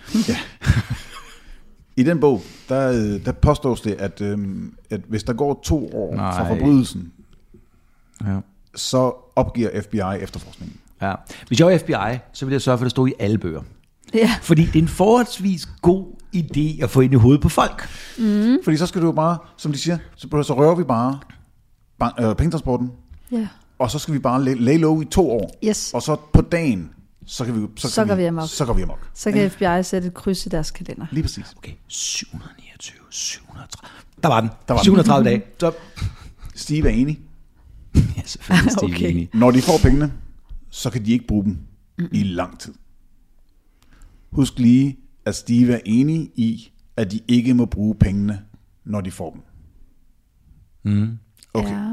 Speaker 2: I den bog, der, øh, der påstås det, at, øhm, at hvis der går to år Nej. fra
Speaker 1: Nej.
Speaker 2: forbrydelsen,
Speaker 1: Ja.
Speaker 2: så opgiver FBI efterforskningen.
Speaker 1: Ja. Hvis jeg var FBI, så ville jeg sørge for, at det stod i alle bøger.
Speaker 3: ja.
Speaker 1: Fordi det er en forholdsvis god idé at få ind i hovedet på folk.
Speaker 2: Mm. Fordi så skal du jo bare, som de siger, så, så rører vi bare ban- øh, pengetransporten,
Speaker 3: ja.
Speaker 2: og så skal vi bare lay, lay low i to år.
Speaker 3: Yes.
Speaker 2: Og så på dagen, så kan vi, så
Speaker 3: Så
Speaker 2: kan
Speaker 3: går vi amok.
Speaker 2: Så går vi amok.
Speaker 3: Så kan FBI sætte et kryds i deres kalender.
Speaker 2: Lige præcis.
Speaker 1: Okay, 729, 730. Der var den. Der
Speaker 2: var
Speaker 1: var
Speaker 2: den.
Speaker 1: 730 dage. (laughs) Så,
Speaker 2: Steve er enig.
Speaker 1: ja, selvfølgelig Steve
Speaker 3: Okay.
Speaker 1: okay. enig.
Speaker 2: Når de får pengene, så kan de ikke bruge dem mm. i lang tid. Husk lige, at Steve er enig i, at de ikke må bruge pengene, når de får dem. Mm. Okay.
Speaker 3: Ja.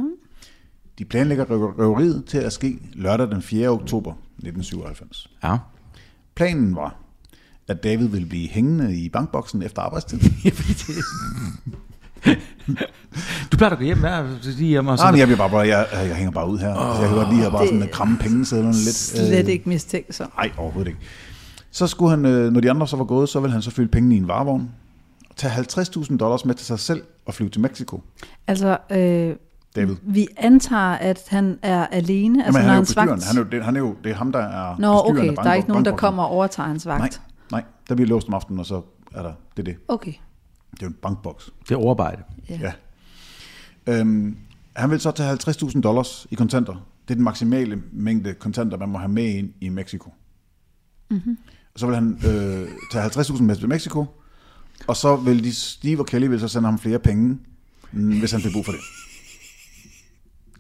Speaker 2: De planlægger rø- røveriet til at ske lørdag den 4. oktober 1997.
Speaker 1: Ja.
Speaker 2: Planen var, at David ville blive hængende i bankboksen efter arbejdstid.
Speaker 1: (laughs) Du plejer at gå hjem hver lige hjem og
Speaker 2: Nej,
Speaker 1: sådan.
Speaker 2: men jeg, bliver bare, bare- jeg, jeg hænger bare ud her. Oh, jeg kan godt lide at bare sådan at kramme pengesedlerne lidt. Øh,
Speaker 3: Slet ikke mistænksom.
Speaker 2: Nej, overhovedet ikke. Så skulle han, øh, når de andre så var gået, så ville han så fylde pengene i en varevogn, tage 50.000 dollars med til sig selv og flyve til Mexico.
Speaker 3: Altså, øh,
Speaker 2: David.
Speaker 3: vi antager, at han er alene. Altså,
Speaker 2: Jamen,
Speaker 3: når
Speaker 2: han er jo
Speaker 3: hans
Speaker 2: bestyreren.
Speaker 3: vagt-
Speaker 2: Han er jo, det, han er jo, det er ham, der er
Speaker 3: Nå,
Speaker 2: bestyreren
Speaker 3: okay.
Speaker 2: af
Speaker 3: Der er ikke nogen, der
Speaker 2: bankboksen.
Speaker 3: kommer og overtager hans vagt.
Speaker 2: Nej, nej. Der bliver låst om aftenen, og så er der det er det.
Speaker 3: Okay.
Speaker 2: Det er jo en bankboks.
Speaker 1: Det er overarbejde.
Speaker 3: Ja.
Speaker 2: Ja. Øhm, han vil så tage 50.000 dollars i kontanter. Det er den maksimale mængde kontanter, man må have med ind i Mexico. Mm-hmm. Så vil han øh, tage 50.000 med til Mexico, og så vil de, Steve og Kelly vil så sende ham flere penge, mm, hvis han fik brug for det.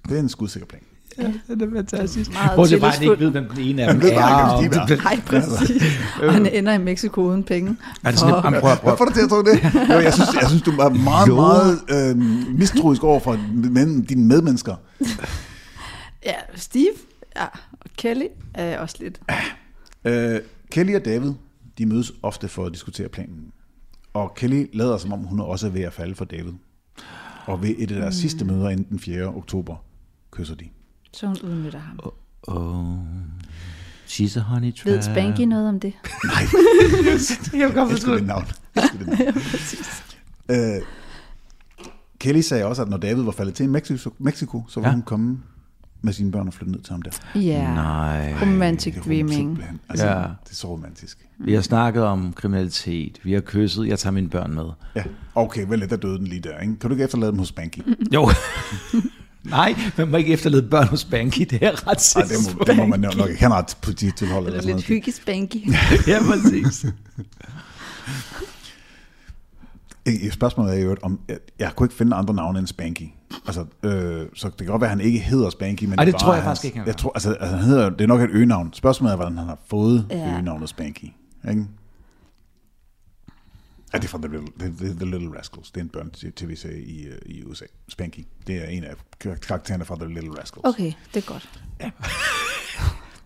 Speaker 2: Det er en skudsikker plan.
Speaker 1: Ja, det er fantastisk.
Speaker 3: Meget
Speaker 1: Bortset fra, at han
Speaker 3: tillidsfuld.
Speaker 1: ikke ved, hvem den ene af dem
Speaker 2: ved bare
Speaker 1: er.
Speaker 2: ikke, hvem
Speaker 1: og
Speaker 2: de
Speaker 1: det
Speaker 2: er.
Speaker 1: bliver-
Speaker 2: (laughs)
Speaker 3: Nej, præcis. Og han ender i Mexico uden penge.
Speaker 1: Er det sådan,
Speaker 3: Og-
Speaker 1: et- Jamen, prøv, at- prøv,
Speaker 2: Hvad får
Speaker 1: prøv.
Speaker 2: du til at tro det?
Speaker 1: (laughs)
Speaker 2: Jo, jeg, synes, jeg synes, du er meget, meget øh, mistroisk over for men, dine medmennesker.
Speaker 3: Ja, Steve. Ja, og Kelly er også lidt.
Speaker 2: Øh, Kelly og David, de mødes ofte for at diskutere planen. Og Kelly lader som om, hun også er ved at falde for David. Og ved et af deres mm. sidste møder inden den 4. oktober, kysser de.
Speaker 3: Så hun udnytter ham.
Speaker 1: Oh, she's a honey trap.
Speaker 3: Ved
Speaker 1: Øh.
Speaker 3: Spanky noget om det?
Speaker 1: Jeg kan godt
Speaker 2: Jeg elsker det navn. Jeg elsker det navn. øh, Kelly sagde også, at når David var faldet til i Mexico, Mexico så var ja.
Speaker 1: Ja.
Speaker 2: hun kommet med sine børn og flyttet ned til ham der.
Speaker 3: Ja.
Speaker 1: Nej.
Speaker 3: Romantic
Speaker 2: Det er
Speaker 3: dreaming.
Speaker 2: simpelthen- Altså, ja.
Speaker 1: Ja.
Speaker 2: Det er så romantisk.
Speaker 1: Vi har snakket om kriminalitet. Vi har kysset. Jeg tager mine børn med.
Speaker 2: Ja. Okay, vel, lidt, der døde den lige der. Ikke? Kan du ikke efterlade dem hos Banky?
Speaker 1: Jo. Nej, man må ikke efterlade børn hos Banky, det er ret
Speaker 2: Ej, det, må, det må man nok ikke. Han har et polititilhold
Speaker 6: Eller
Speaker 2: eller sådan
Speaker 6: lidt
Speaker 2: noget.
Speaker 6: hyggespanky.
Speaker 1: (laughs) Ja, præcis.
Speaker 2: Øh, Spørgsmålet er jo, om jeg, jeg kunne ikke finde andre navne end Spanky. Altså, øh, så det kan godt være, at han ikke hedder Spanky, men
Speaker 1: Ej, det
Speaker 2: er
Speaker 1: tror
Speaker 2: bare
Speaker 1: jeg
Speaker 2: hans,
Speaker 1: faktisk ikke, han
Speaker 2: Jeg
Speaker 1: gør.
Speaker 2: tror, altså, altså, han hedder, det er nok et øgenavn. Spørgsmålet er, hvordan han har fået
Speaker 6: Ja.
Speaker 2: ja. øgenavnet Spanky. Ikke? Ja, det er fra The Little, The, The, The Little Rascals. Det er en børn-tv-serie i, øh, i USA. Spanky. Det er en af kar- karaktererne fra The Little Rascals.
Speaker 6: Okay, det er godt.
Speaker 1: er
Speaker 2: Men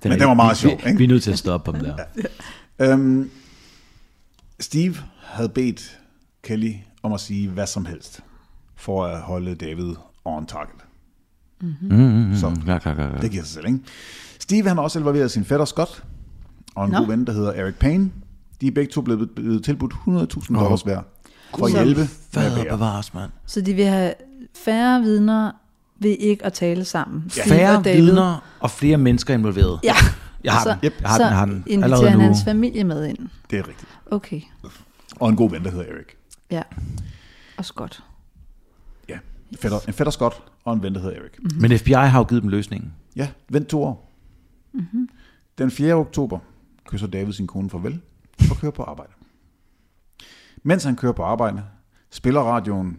Speaker 2: det var
Speaker 1: rigtigt.
Speaker 2: meget
Speaker 1: Vi-
Speaker 2: sjovt,
Speaker 1: vi-
Speaker 2: ikke?
Speaker 1: Vi er nødt til at stoppe ham der.
Speaker 2: Øhm, Steve havde bedt Kelly om at sige hvad som helst for at holde David on target. Mm-hmm. Så
Speaker 1: Klar, klar, klar, klar.
Speaker 2: det giver sig selv, ikke? Steve han har også involveret sin fætter Scott og en
Speaker 6: Nå.
Speaker 2: no. god ven, der hedder Eric Payne. De er begge to blevet, blevet tilbudt 100.000 dollars hver for at
Speaker 6: Så-
Speaker 2: hjælpe med at
Speaker 5: Fader
Speaker 2: bære.
Speaker 5: bevares, mand.
Speaker 3: Så de vil have færre vidner ved ikke at tale sammen. Ja.
Speaker 1: Færre vidner og flere mennesker involveret.
Speaker 3: Ja.
Speaker 1: Jeg har
Speaker 3: så,
Speaker 1: den. Jeg har den, jeg har den.
Speaker 3: Så inviterer
Speaker 1: Allerede
Speaker 3: han
Speaker 1: nu.
Speaker 3: hans familie med ind.
Speaker 2: Det er rigtigt.
Speaker 3: Okay,
Speaker 2: Og en god ven, der hedder Eric.
Speaker 3: ja. Også godt.
Speaker 2: Ja, fætter, en fætter Scott og en ven, der hedder Eric.
Speaker 1: Men FBI har jo givet dem løsningen.
Speaker 2: Ja, vent to år. Mm-hmm. Den 4. oktober kysser David sin kone farvel og kører på arbejde. Mens han kører på arbejde, spiller radioen,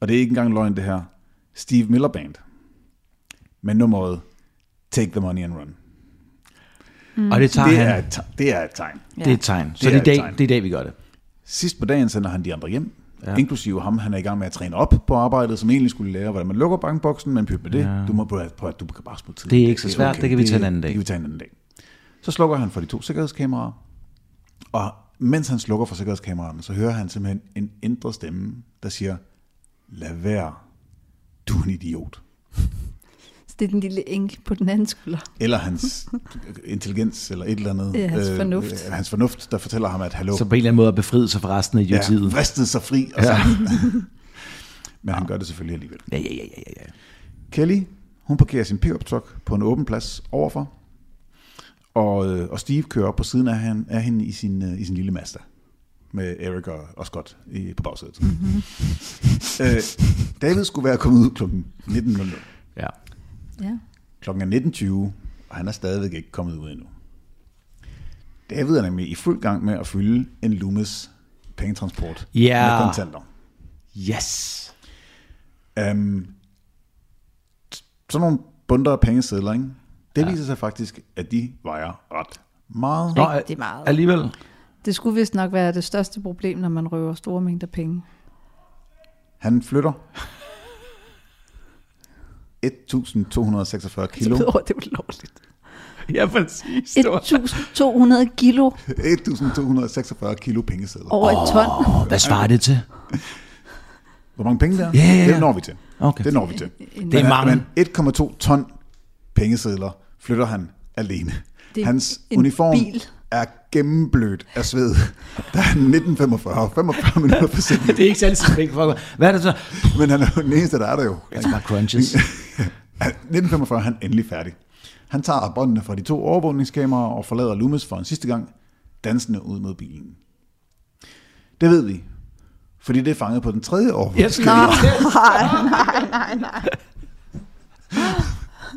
Speaker 2: og det er ikke engang løgn det her, Steve Miller Band med nummeret Take the Money and Run.
Speaker 1: Mm. Og det tager
Speaker 2: Det
Speaker 1: han.
Speaker 2: er, et, te- det er et tegn.
Speaker 1: det er et tegn. Så det
Speaker 2: Det er
Speaker 1: er,
Speaker 2: et
Speaker 1: i dag,
Speaker 2: tegn.
Speaker 1: det er i dag, vi gør det.
Speaker 2: Sidst på dagen sender han de andre hjem, ja. inklusive ham, han er i gang med at træne op på arbejdet, som egentlig skulle lære, hvordan man lukker bankboksen, men pyt med det, ja. du må på, på, du kan bare smutte tid.
Speaker 1: Det er ikke så svært, det kan vi tage en anden dag.
Speaker 2: Det kan vi tage en anden dag. Så slukker han for de to sikkerhedskameraer, og mens han slukker for sikkerhedskameraerne, så hører han simpelthen en indre stemme, der siger, lad være, du er en idiot.
Speaker 3: Så det er den lille enke på den anden skulder.
Speaker 2: Eller
Speaker 3: (laughs)
Speaker 2: hans intelligens, eller et eller andet.
Speaker 3: Ja, hans fornuft.
Speaker 2: Øh, hans fornuft, der fortæller ham, at hallo,
Speaker 1: Så på en eller anden måde at befriet sig fra resten af idiotiet.
Speaker 2: Ja, vristede sig fri. Og ja. (laughs) Men han gør det selvfølgelig alligevel.
Speaker 1: Ja, ja, ja, ja, ja.
Speaker 2: Kelly, hun parkerer sin pickup truck på en åben plads overfor, og, øh, og Steve kører op på siden af, han, af hende i sin, øh, i sin lille Mazda med Eric og, og Scott i, på bagsædet. Mm-hmm. (laughs) øh, David skulle være kommet ud kl. 19.00.
Speaker 1: ja.
Speaker 3: Ja.
Speaker 2: Klokken er 19.20, og han er stadigvæk ikke kommet ud endnu. David er nemlig i fuld gang med at fylde en Loomis pengetransport
Speaker 1: Ja.
Speaker 2: med kontanter.
Speaker 1: Yes.
Speaker 2: Um, sådan nogle bunder af pengesedler, ikke? Det ja. viser sig faktisk, at de vejer ret meget.
Speaker 1: Nå, øh,
Speaker 6: Rigtig meget.
Speaker 1: Alligevel.
Speaker 3: Det skulle vist nok være det største problem, når man røver store mængder penge.
Speaker 2: Han flytter 1.246
Speaker 1: (laughs)
Speaker 2: kilo.
Speaker 3: Så ved (laughs) det er ulovligt.
Speaker 1: Ja, præcis.
Speaker 3: 1.200 kilo
Speaker 2: 1.246 kilo pengesedler.
Speaker 3: over et ton.
Speaker 1: Og hvad svarer det til?
Speaker 2: Hvor mange penge der er?
Speaker 1: Ja, ja, ja.
Speaker 2: Det når vi til.
Speaker 1: Okay.
Speaker 2: Det når vi til.
Speaker 1: Det er
Speaker 2: Men-
Speaker 1: mange.
Speaker 2: Men 1,2 ton pengesedler flytter han alene.
Speaker 3: Det er
Speaker 2: Hans
Speaker 3: en
Speaker 2: uniform
Speaker 3: bil.
Speaker 2: er gennemblødt af sved. Der er 1945, 45 minutter forsinket.
Speaker 1: (laughs) Det er ikke særlig suspekt for. Hvad er det så?
Speaker 2: Men han er jo den eneste, der er der jo.
Speaker 1: Jeg tager bare crunches.
Speaker 2: 1945 er han endelig færdig. Han tager båndene fra de to overvågningskameraer og forlader Loomis for en sidste gang, dansende ud mod bilen. Det ved vi, fordi det er fanget på den
Speaker 1: (laughs)
Speaker 2: tredje
Speaker 1: Jeg
Speaker 2: overvågning,
Speaker 1: skal lige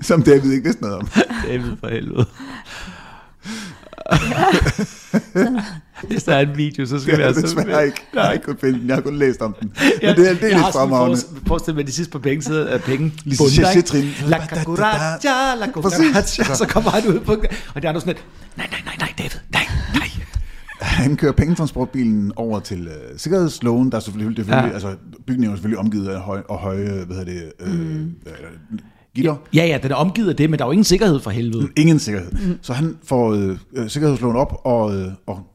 Speaker 2: som David ikke vidste
Speaker 1: (laughs)
Speaker 2: noget om.
Speaker 1: David for
Speaker 6: (laughs)
Speaker 1: helvede. (laughs) Hvis der er en video, så skal
Speaker 2: Det
Speaker 1: vi
Speaker 2: er
Speaker 1: altså...
Speaker 2: desværre ikke. Jeg har ikke kunnet finde den. Jeg har kun læst om den. Men det er, det er
Speaker 1: jeg har sådan
Speaker 2: lidt fremragende.
Speaker 1: forest- forestillet mig de sidste par penge, sidder af penge
Speaker 2: Lige
Speaker 1: bunder,
Speaker 2: Cheche
Speaker 1: ikke?
Speaker 2: Trin.
Speaker 1: La cucaracha, la cucaracha. Så kommer han ud på... Og der er nu sådan et... Nej, nej, nej, nej, David. Nej, nej.
Speaker 2: Han kører pengetransportbilen over til øh, sikkerhedsloven, der er selvfølgelig, det er selvfølgelig ja. altså, bygningen er selvfølgelig omgivet af høje, og høje hvad hedder det, øh, mm. gitter.
Speaker 1: Ja, ja, den er omgivet af det, men der er jo ingen sikkerhed for helvede.
Speaker 2: Ingen sikkerhed. Mm. Så han får øh, øh, sikkerhedsloven op, og, øh, og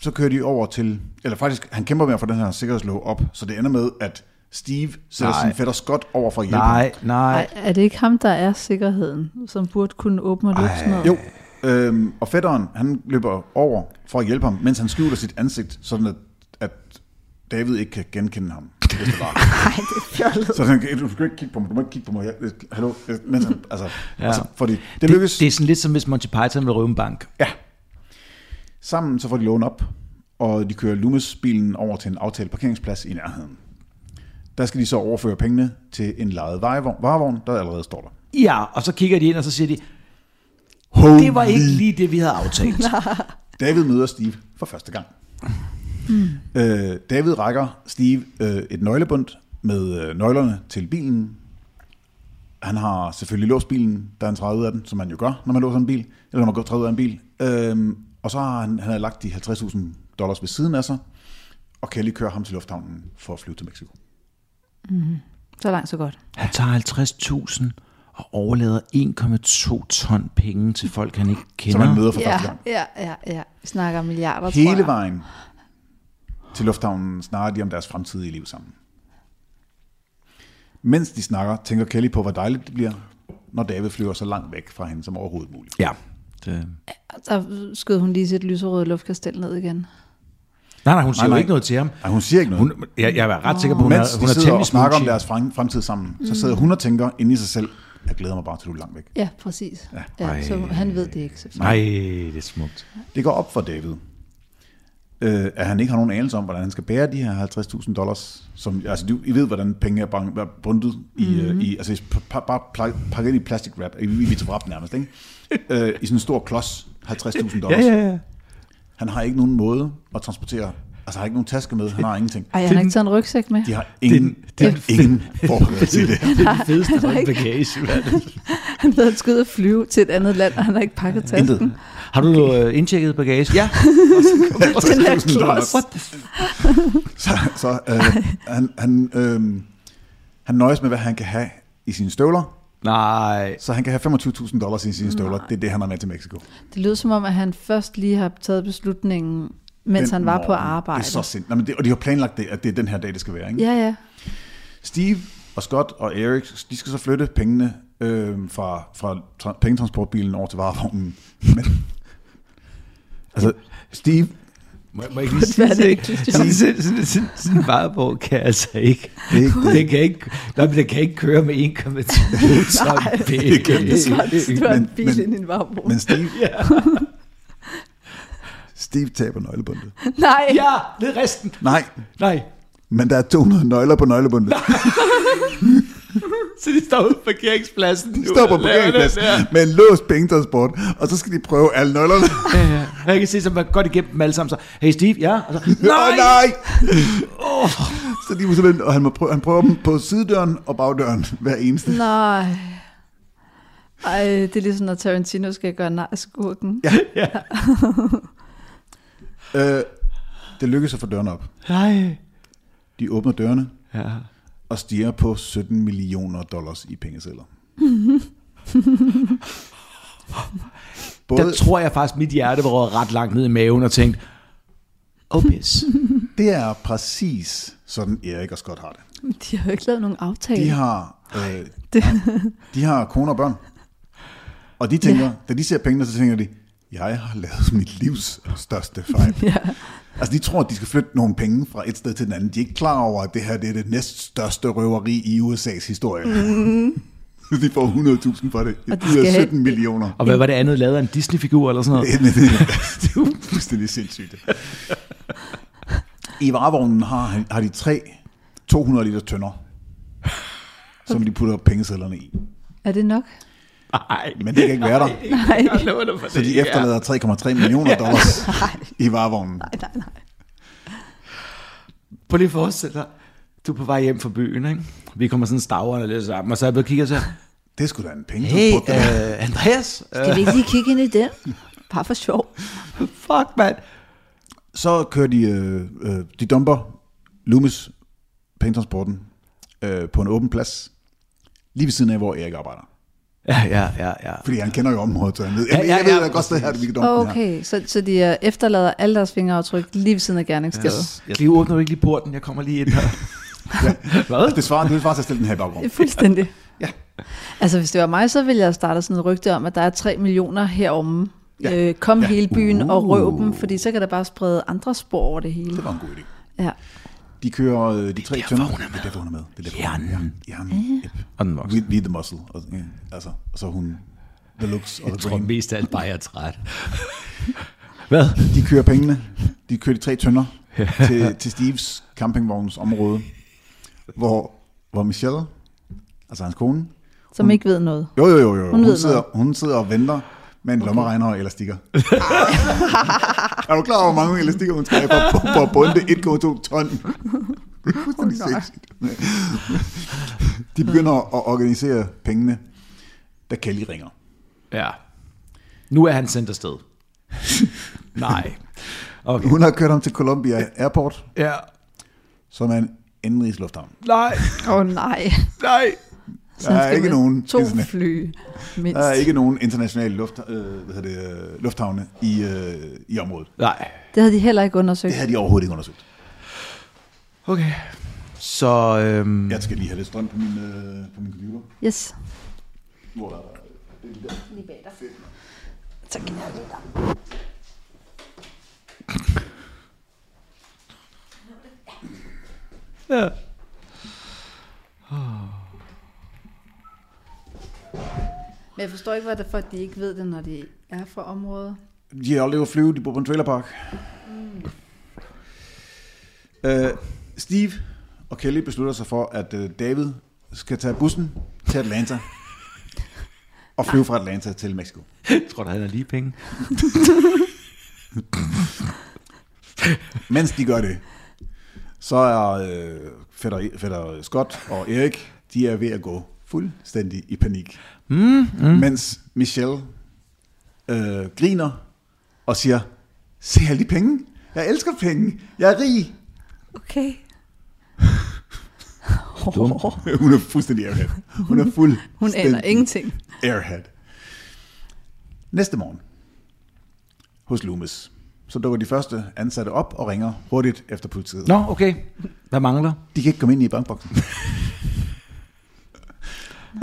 Speaker 2: så kører de over til, eller faktisk, han kæmper med at få den her sikkerhedslov op, så det ender med, at Steve sætter
Speaker 1: Nej.
Speaker 2: sin fætter Scott over for at hjælpe ham.
Speaker 1: Nej, nej.
Speaker 3: Ej, er det ikke ham, der er sikkerheden, som burde kunne åbne og lukke sådan noget?
Speaker 2: Jo, øhm, og fætteren, han løber over for at hjælpe ham, mens han skjuler sit ansigt, sådan at, at David ikke kan genkende ham. hvis det var.
Speaker 6: Nej, det er fjollet.
Speaker 2: Så han kan, du skal ikke kigge på mig, du må ikke kigge på mig. Jeg, jeg- hallo, jeg- mens han, altså, ja.
Speaker 1: Ja.
Speaker 2: altså, fordi, det, det
Speaker 1: Det,
Speaker 2: lykkes.
Speaker 1: det er sådan lidt som hvis Monty Python vil røve en bank.
Speaker 2: Ja. Sammen så får de lån op, og de kører Loomis-bilen over til en aftalt parkeringsplads i nærheden. Der skal de så overføre pengene til en lejet varevogn, varevogn der allerede står der.
Speaker 1: Ja, og så kigger de ind, og så siger de,
Speaker 2: Holy.
Speaker 1: det var ikke lige det, vi havde
Speaker 2: (laughs)
Speaker 1: aftalt.
Speaker 2: David møder Steve for første gang. Mm. Øh, David rækker Steve øh, et nøglebund med øh, nøglerne til bilen. Han har selvfølgelig låst bilen, da han træder ud af den, som man jo gør, når man låser en bil, eller når man går træder ud af en bil. Øh, og så har han, han har lagt de 50.000 dollars ved siden af sig, og Kelly kører ham til lufthavnen for at flyve til Mexico.
Speaker 3: Så langt, så godt.
Speaker 1: Han tager 50.000 og overlader 1,2 ton penge til folk, han ikke
Speaker 2: Som han
Speaker 1: kender.
Speaker 2: møder for
Speaker 3: Ja,
Speaker 2: første gang.
Speaker 3: ja, ja, ja. Vi snakker om milliarder, tror
Speaker 2: Hele
Speaker 3: jeg.
Speaker 2: vejen til lufthavnen snakker de om deres fremtidige liv sammen. Mens de snakker, tænker Kelly på, hvor dejligt det bliver, når David flyver så langt væk fra hende som overhovedet muligt.
Speaker 1: Ja. Det.
Speaker 3: Så skød hun lige sit lyserøde luftkastel ned igen.
Speaker 1: Nej, nej, hun siger
Speaker 2: Nej,
Speaker 1: jo
Speaker 2: nej.
Speaker 1: ikke noget til ham.
Speaker 2: Ej, hun siger ikke noget. Hun,
Speaker 1: Hun, jeg, jeg er ret sikker på, hun,
Speaker 2: Mens
Speaker 1: er, hun
Speaker 2: de
Speaker 1: er
Speaker 2: sidder og
Speaker 1: temmelig
Speaker 2: snakker om
Speaker 1: smoothie.
Speaker 2: deres frem- fremtid sammen, så sidder hun og tænker inde i sig selv, jeg glæder mig bare til, du er langt væk.
Speaker 3: Ja, præcis. Ja, ja, så han ved det ikke, selvfølgelig.
Speaker 1: Nej, det er smukt.
Speaker 2: Det går op for David, øh, at han ikke har nogen anelse om, hvordan han skal bære de her 50.000 dollars. Som, altså, du- I ved, hvordan penge er bang- er bundet i,
Speaker 1: Mhm.
Speaker 2: mm-hmm. i altså, i pa- pa- bare pla- pakket ind i plastic wrap, i vitrap nærmest, ikke? øh, i sådan en stor klods, 50.000 dollars.
Speaker 1: ja, ja.
Speaker 2: Han har ikke nogen måde at transportere, altså han har ikke nogen taske med, han har ingenting.
Speaker 3: Ej, han har ikke taget en rygsæk med.
Speaker 2: De har ingen, de har ingen forberedelse i det.
Speaker 1: Det
Speaker 2: (laughs)
Speaker 1: er den fedeste
Speaker 3: er ikke-
Speaker 1: bagage.
Speaker 3: Han ved, han skal ud og flyve til et andet land, og han har ikke pakket tasken.
Speaker 2: Intet.
Speaker 1: Har du øh, indtjekket bagage? (laughs) Ja.
Speaker 3: Den der
Speaker 2: 50.000 dollars.
Speaker 3: klods.
Speaker 2: Så, så øh, han, han, øh, han nøjes med, hvad han kan have i sine støvler,
Speaker 1: Nej.
Speaker 2: Så han kan have 25.000 dollars i sine støvler. Det er det, han har med til Mexico.
Speaker 3: Det lyder som om, at han først lige har taget beslutningen, mens
Speaker 2: Den
Speaker 3: han var på
Speaker 2: morgen.
Speaker 3: arbejde.
Speaker 2: Det er så sindssygt. Nej, men det, og de har planlagt det, at det er den her dag, det skal være. Ikke?
Speaker 3: Ja, ja.
Speaker 2: Steve og Scott og Eric, de skal så flytte pengene øh, fra, fra tra- pengetransportbilen over til varevognen. (laughs) Men, altså, Steve,
Speaker 1: Må, må jeg ikke lige
Speaker 3: Hvad er
Speaker 1: sige
Speaker 3: det
Speaker 1: det? (laughs)
Speaker 3: ikke?
Speaker 1: Sådan, sådan, sådan, sådan, sådan en vareborg kan altså ikke.
Speaker 2: det er ikke
Speaker 1: Den kan ikke, nej, men den kan ikke køre med 1,2 ton
Speaker 2: det kan den
Speaker 3: Det var, det var en
Speaker 2: Men-
Speaker 3: bil
Speaker 2: men-
Speaker 3: ind i en varmbrug.
Speaker 2: Men Steve... Steve taber nøglebundet.
Speaker 3: Nej, ja.
Speaker 1: Ja, det er resten.
Speaker 2: Nej,
Speaker 1: Nej,
Speaker 2: men der er 200 nøgler på nøglebundet.
Speaker 1: så de står ude på parkeringspladsen. nu
Speaker 2: Står på
Speaker 1: og laver den der.
Speaker 2: parkeringspladsen med en låst pengetransport, og så skal de prøve alle nøglerne.
Speaker 1: Ja, ja. Og (laughs) Jeg kan se, som man godt igennem dem alle sammen. Så, hey Steve, ja? Og så,
Speaker 2: Nej!
Speaker 1: nej!
Speaker 2: Oh, nej! Så de må simpelthen, og han, må prøve, han prøver dem på sidedøren og bagdøren hver eneste.
Speaker 3: nej. Ej, det er ligesom, når Tarantino skal gøre nej af skurken. Ja.
Speaker 2: Øh, det lykkes at få dørene op.
Speaker 1: Nej.
Speaker 2: De åbner dørene
Speaker 1: Ja.
Speaker 2: og stiger på 17 millioner dollars i pengesedler.
Speaker 1: Der
Speaker 2: Både,
Speaker 1: tror jeg faktisk, mit hjerte var røget ret langt ned i maven og tænkte, oh pis.
Speaker 2: det er præcis sådan Erik og Scott har det.
Speaker 3: De har jo ikke lavet nogen aftale.
Speaker 2: De har, øh, de har kone og børn. Og de tænker, ja. da de ser pengene, så tænker de, jeg har lavet mit livs største fejl. ja. Altså de tror, at de skal flytte nogle penge fra et sted til den anden. De er ikke klar over, at det her det er det næststørste røveri i USA's historie. Mm. (laughs) de får 100.000 for det.
Speaker 3: Mm-hmm. Og
Speaker 2: Det
Speaker 3: de
Speaker 2: er
Speaker 3: skal have-
Speaker 2: 17
Speaker 3: (laughs)
Speaker 2: millioner.
Speaker 1: Og hvad var det andet, lavet af en Disney-figur eller
Speaker 2: (laughs)
Speaker 1: sådan noget?
Speaker 2: Det er jo fuldstændig sindssygt. I varevognen har, har de tre 200 liter tønder, som de putter pengesedlerne i.
Speaker 3: Er det nok?
Speaker 1: Nej,
Speaker 2: Men det kan ikke være der,
Speaker 3: (laughs) Nej,
Speaker 2: så de efterlader 3,3 millioner
Speaker 3: (laughs)
Speaker 2: dollars i varevognen.
Speaker 3: nej, nej.
Speaker 1: Prøv lige at forestille dig, du er på vej hjem fra byen, ikke? Vi kommer sådan stavrende lidt sammen, og så er jeg blevet kigget og siger,
Speaker 2: Det skulle da en penge.
Speaker 1: hey,
Speaker 2: Hey, uh,
Speaker 1: øh, Andreas, øh,
Speaker 3: Kan vi ikke lige kigge ind i den? Bare for sjov.
Speaker 1: fuck, mand.
Speaker 2: så kører de, øh, øh, de dumper Loomis pengetransporten øh, på en åben plads, lige ved siden af, hvor Erik arbejder.
Speaker 1: Ja, ja, ja, ja.
Speaker 2: Fordi han kender jo området, så han ved,
Speaker 1: Ja,
Speaker 2: jeg,
Speaker 1: ja,
Speaker 2: jeg ved
Speaker 1: ja,
Speaker 2: da godt, det her, vi kan dumpe den her.
Speaker 3: Okay, så, så de øh, efterlader alle deres fingeraftryk lige ved siden af gerningsstedet. Yes.
Speaker 1: Jeg lige åbner du ikke lige porten, jeg kommer lige ind her. (laughs) Hvad?
Speaker 2: Det svarer, det svarer til at stille den her i baggrunden.
Speaker 3: Fuldstændig. ja. Altså, hvis det var mig, så ville jeg starte sådan et rygte om, at der er 3 millioner heromme. Ja. Øh, kom ja. hele byen uh. og røv dem, fordi så kan der bare sprede andre spor over det hele.
Speaker 2: Det var en god idé.
Speaker 3: Ja.
Speaker 2: De kører øh, de tre tønder. Det er derfor, hun er med. Det er derfor, hun er med. Hjernen. Yep.
Speaker 1: Og den voksne.
Speaker 2: We, we the muscle. Og, ja, altså, og så hun, the looks og
Speaker 5: Jeg
Speaker 2: the
Speaker 5: tror
Speaker 2: brain.
Speaker 5: mest af alt bare, jeg er
Speaker 1: (laughs)
Speaker 5: træt. Hvad?
Speaker 2: De kører pengene. De kører de tre tønder til, til Steves campingvogns område. hvor, hvor Michelle, altså hans kone,
Speaker 3: som ikke ved noget.
Speaker 2: jo jo jo, jo. Hun,
Speaker 3: ved
Speaker 2: hun, sidder, hun sidder og venter med en okay. lommeregner og elastikker. (laughs) er du klar over, hvor mange elastikker hun skal have på, på, på bunde 1,2 ton? Det er fuldstændig
Speaker 6: Åh, nej.
Speaker 2: sindssygt. De begynder at organisere pengene, da Kelly ringer.
Speaker 1: Ja. Nu er han sendt (laughs) afsted. Nej. Okay.
Speaker 2: Hun har kørt ham til Columbia Airport,
Speaker 1: Ja.
Speaker 2: som er en indenrigslufthavn.
Speaker 1: Nej,
Speaker 6: Åh oh, nej.
Speaker 1: nej.
Speaker 3: Så han
Speaker 2: Der er
Speaker 3: skal
Speaker 2: ikke
Speaker 3: med
Speaker 2: nogen
Speaker 3: To
Speaker 2: internet.
Speaker 3: fly, mindst.
Speaker 2: Der er ikke nogen internationale luft, øh, hvad hedder det, øh, lufthavne i, øh, i området.
Speaker 1: Nej.
Speaker 3: Det havde de heller ikke
Speaker 2: Det
Speaker 3: undersøgt.
Speaker 2: havde de overhovedet ikke undersøgt.
Speaker 1: Okay. Så, øhm,
Speaker 2: Jeg skal lige have lidt strøm på min, øh, på min computer.
Speaker 3: Yes.
Speaker 2: Hvor der er
Speaker 6: Så kan jeg lige
Speaker 3: Men jeg forstår ikke, hvad det er for, at de ikke ved det, når de er fra området.
Speaker 2: De har aldrig at flyve, de bor på en trailerpark. Mm. Øh, Steve og Kelly beslutter sig for, at øh, David skal tage bussen til Atlanta. og flyve fra Atlanta til Mexico.
Speaker 1: jeg (laughs) tror, der han har lige penge.
Speaker 2: Mens de gør det, så er øh, fætter, fætter Scott og Erik, de er ved at gå fuldstændig i panik. Mm, mm. Mens Michelle øh, griner og siger, se alle de penge, jeg elsker penge, jeg er rig. (laughs)
Speaker 6: Okay.
Speaker 2: Hun er fuldstændig airhead. Hun er fuld.
Speaker 3: Hun aner ingenting.
Speaker 2: Airhead. Næste morgen hos Loomis, så dukker de første ansatte op og ringer hurtigt efter politiet.
Speaker 1: Nå, okay. Hvad mangler?
Speaker 2: De kan ikke komme ind i bankboksen.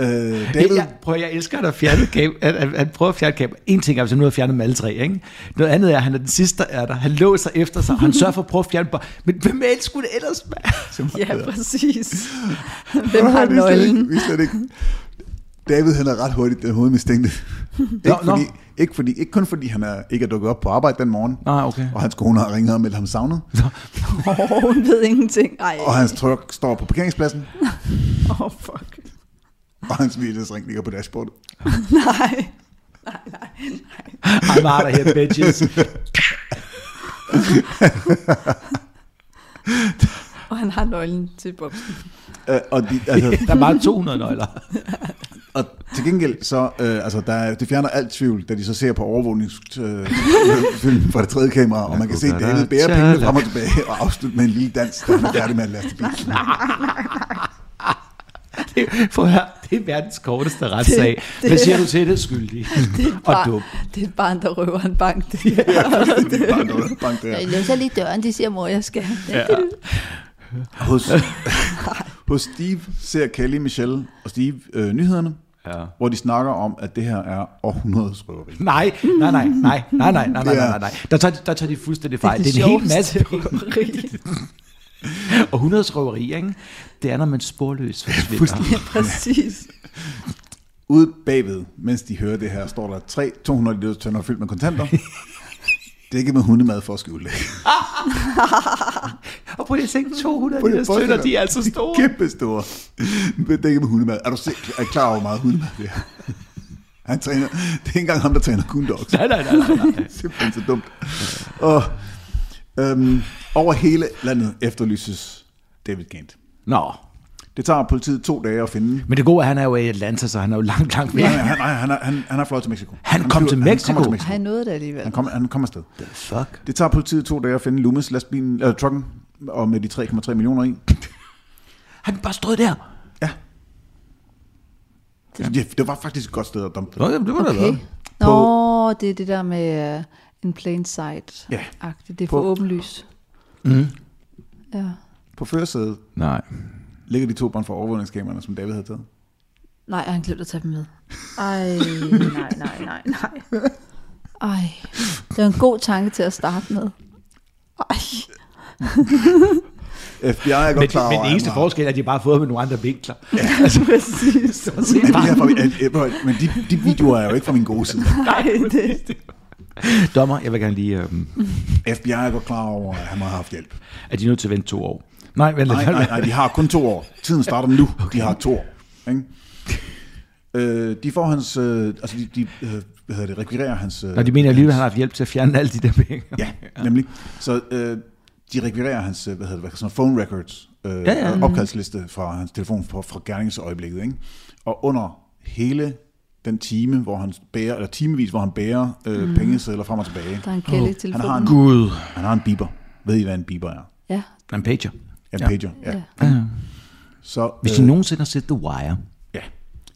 Speaker 2: øh,
Speaker 1: David.
Speaker 2: David,
Speaker 1: Jeg, prøv, at- jeg elsker, at, der er fjernet (laughs) kab, at, at, at prøve at fjerne kabel. En ting er, hvis han nu har fjernet dem alle tre. Ikke? Noget andet er, at han er den sidste, der er der. Han låser efter sig, og han sørger for at prøve at fjerne bare. Men hvem ellers skulle det ellers være? (laughs)
Speaker 6: Ja,
Speaker 2: (laughs)
Speaker 6: præcis.
Speaker 3: Hvem har
Speaker 2: vi er slet ikke,
Speaker 3: nøglen?
Speaker 2: vi er slet ikke. David han er ret hurtigt den hovedmistænkte. ikke,
Speaker 1: Nå, nå.
Speaker 2: fordi, ikke, fordi, ikke kun fordi han er, ikke er dukket op på arbejde den morgen,
Speaker 1: Nej, okay.
Speaker 2: og hans kone har ringet og meldt ham savnet,
Speaker 3: (laughs) Åh, hun ved ingenting. Ej,
Speaker 2: og hans truck står på parkeringspladsen,
Speaker 6: Åh, oh, fuck.
Speaker 2: og hans hvilesring ligger på dashbordet.
Speaker 3: (laughs) nej. Nej, nej, nej.
Speaker 1: I'm out of here, bitches.
Speaker 3: Og han har nøglen til boksen.
Speaker 2: Øh, og, de, altså,
Speaker 1: Der er bare 200 nøgler.
Speaker 2: og til gengæld så, øh, altså der, er- det fjerner alt tvivl, da de så ser på overvågningsfilmen øh, filmen fra det tredje kamera, og man kan se
Speaker 1: god, der er
Speaker 2: David bære
Speaker 1: tjala.
Speaker 2: pengene frem og tilbage, og afslutte med en lille dans, da han er færdig med at laste bilen.
Speaker 1: (laughs) Det, for her, det er verdens korteste retssag.
Speaker 3: det-
Speaker 1: Hvad siger du til det? Skyldig. Og
Speaker 3: Bare,
Speaker 1: dum.
Speaker 3: det er et barn, der røver en bank. Det er
Speaker 2: (laughs) Det er bare noget bank der.
Speaker 3: Jeg låser lige døren, de siger, mor, jeg skal. Ja.
Speaker 1: (laughs)
Speaker 2: Hos, hos Steve ser Kelly, Michelle og Steve øh, nyhederne,
Speaker 1: Ja.
Speaker 2: hvor de snakker om, at det her er århundredes røveri.
Speaker 1: Nej, nej, nej, nej, nej, nej, nej, nej, nej, nej. Der tager, der tager de fuldstændig fejl. Det er, det er en hel masse. Og 100 røveri, ikke? Det er, når man sporløst forsvinder.
Speaker 3: Ja, præcis.
Speaker 2: Ude bagved, mens de hører det her, står der tre 200 liter tønder fyldt med
Speaker 1: (laughs)
Speaker 2: kontanter, dækket med hundemad for at skjule det.
Speaker 1: Og prøv lige at tænke, 200
Speaker 2: Prøv lige
Speaker 1: liter
Speaker 2: at forestille
Speaker 1: støtter,
Speaker 2: dig.
Speaker 1: de er altså store.
Speaker 2: Kæmpe store. Med dækket med hundemad. Er du selv, er klar over, hvor meget hundemad det er? Han træner, det er ikke engang ham, der træner coon dogs.
Speaker 1: Nej, nej, nej, nej, nej.
Speaker 2: Simpelthen så dumt. Og, øhm, over hele landet efterlyses David Gant.
Speaker 1: Nå,
Speaker 2: Det tager politiet to dage at finde.
Speaker 1: men det gode er, at han er jo i Atlanta, så han er jo langt, langt væk.
Speaker 2: Nej, han, nej, han, er- han, han er fløjet til Mexico.
Speaker 1: Han kom
Speaker 2: flyver-
Speaker 1: til Mexico?
Speaker 2: Han kommer til Mexico.
Speaker 3: Han nåede det alligevel.
Speaker 2: Han kommer han kom afsted.
Speaker 1: Fuck.
Speaker 2: Det tager politiet to dage at finde Loomis lastbilen, eller trucken, og med de 3,3 millioner i.
Speaker 1: Han bare stod der.
Speaker 2: Ja. Det, det var faktisk et godt sted at dumpe det.
Speaker 1: Nå, jamen, det var okay. da
Speaker 3: Okay.
Speaker 1: været.
Speaker 3: Nå, det er det der med øh, en plain sight
Speaker 2: Ja.
Speaker 3: agtigt Det er for
Speaker 2: På-
Speaker 3: åben lys. Mm. Ja.
Speaker 2: På førersædet
Speaker 1: Nej.
Speaker 2: ligger de to bånd fra overvågningskameraerne, som David havde taget.
Speaker 3: Nej, han glemte at tage dem med.
Speaker 6: Ej, nej, nej, nej, nej.
Speaker 3: Ej, det var en god tanke til at starte med. Ej,
Speaker 2: FBI er godt
Speaker 1: Men,
Speaker 2: klar over,
Speaker 1: men den
Speaker 2: at
Speaker 1: eneste
Speaker 2: han var-
Speaker 1: forskel er, at de bare har fået med nogle andre vinkler.
Speaker 3: (laughs) præcis.
Speaker 2: Ja,
Speaker 1: (laughs)
Speaker 2: de her fra, ja, ja, men de, de videoer er jo ikke fra min gode side.
Speaker 3: Nej, det,
Speaker 1: Dommer, jeg vil gerne lige... Øhm,
Speaker 2: FBI er godt klar over, at han må have haft hjælp.
Speaker 1: at de er nødt til at vente to år. Nej, vent
Speaker 2: Nej,
Speaker 1: lidt.
Speaker 2: nej, nej, de har kun to år. Tiden starter nu. De har to år. Ikke? Øh, de får hans, øh, altså de, de øh, hvad hedder det, rekvirerer hans... Øh,
Speaker 1: Når de mener alligevel, at han har haft hjælp til at fjerne alle de der penge.
Speaker 2: Ja, nemlig. Så øh, de rekvirerer hans, øh, hvad hedder det, hvad, sådan noget, phone records, øh, ja,
Speaker 1: ja.
Speaker 2: ja. opkaldsliste fra hans telefon fra, fra gerningsøjeblikket, ikke? Og under hele den time, hvor han bærer, eller timevis, hvor han bærer øh, mm. pengesedler frem og tilbage.
Speaker 3: Mm-hmm. Der er en kælde i
Speaker 2: Han
Speaker 3: telefonen.
Speaker 2: har en,
Speaker 1: Gud.
Speaker 2: han har en beeper. Ved I, hvad en beeper er?
Speaker 3: Ja,
Speaker 1: En pager.
Speaker 2: En
Speaker 1: Ja.
Speaker 2: pager, ja. ja. Så,
Speaker 1: Hvis de nogensinde har set The Wire.
Speaker 2: Ja.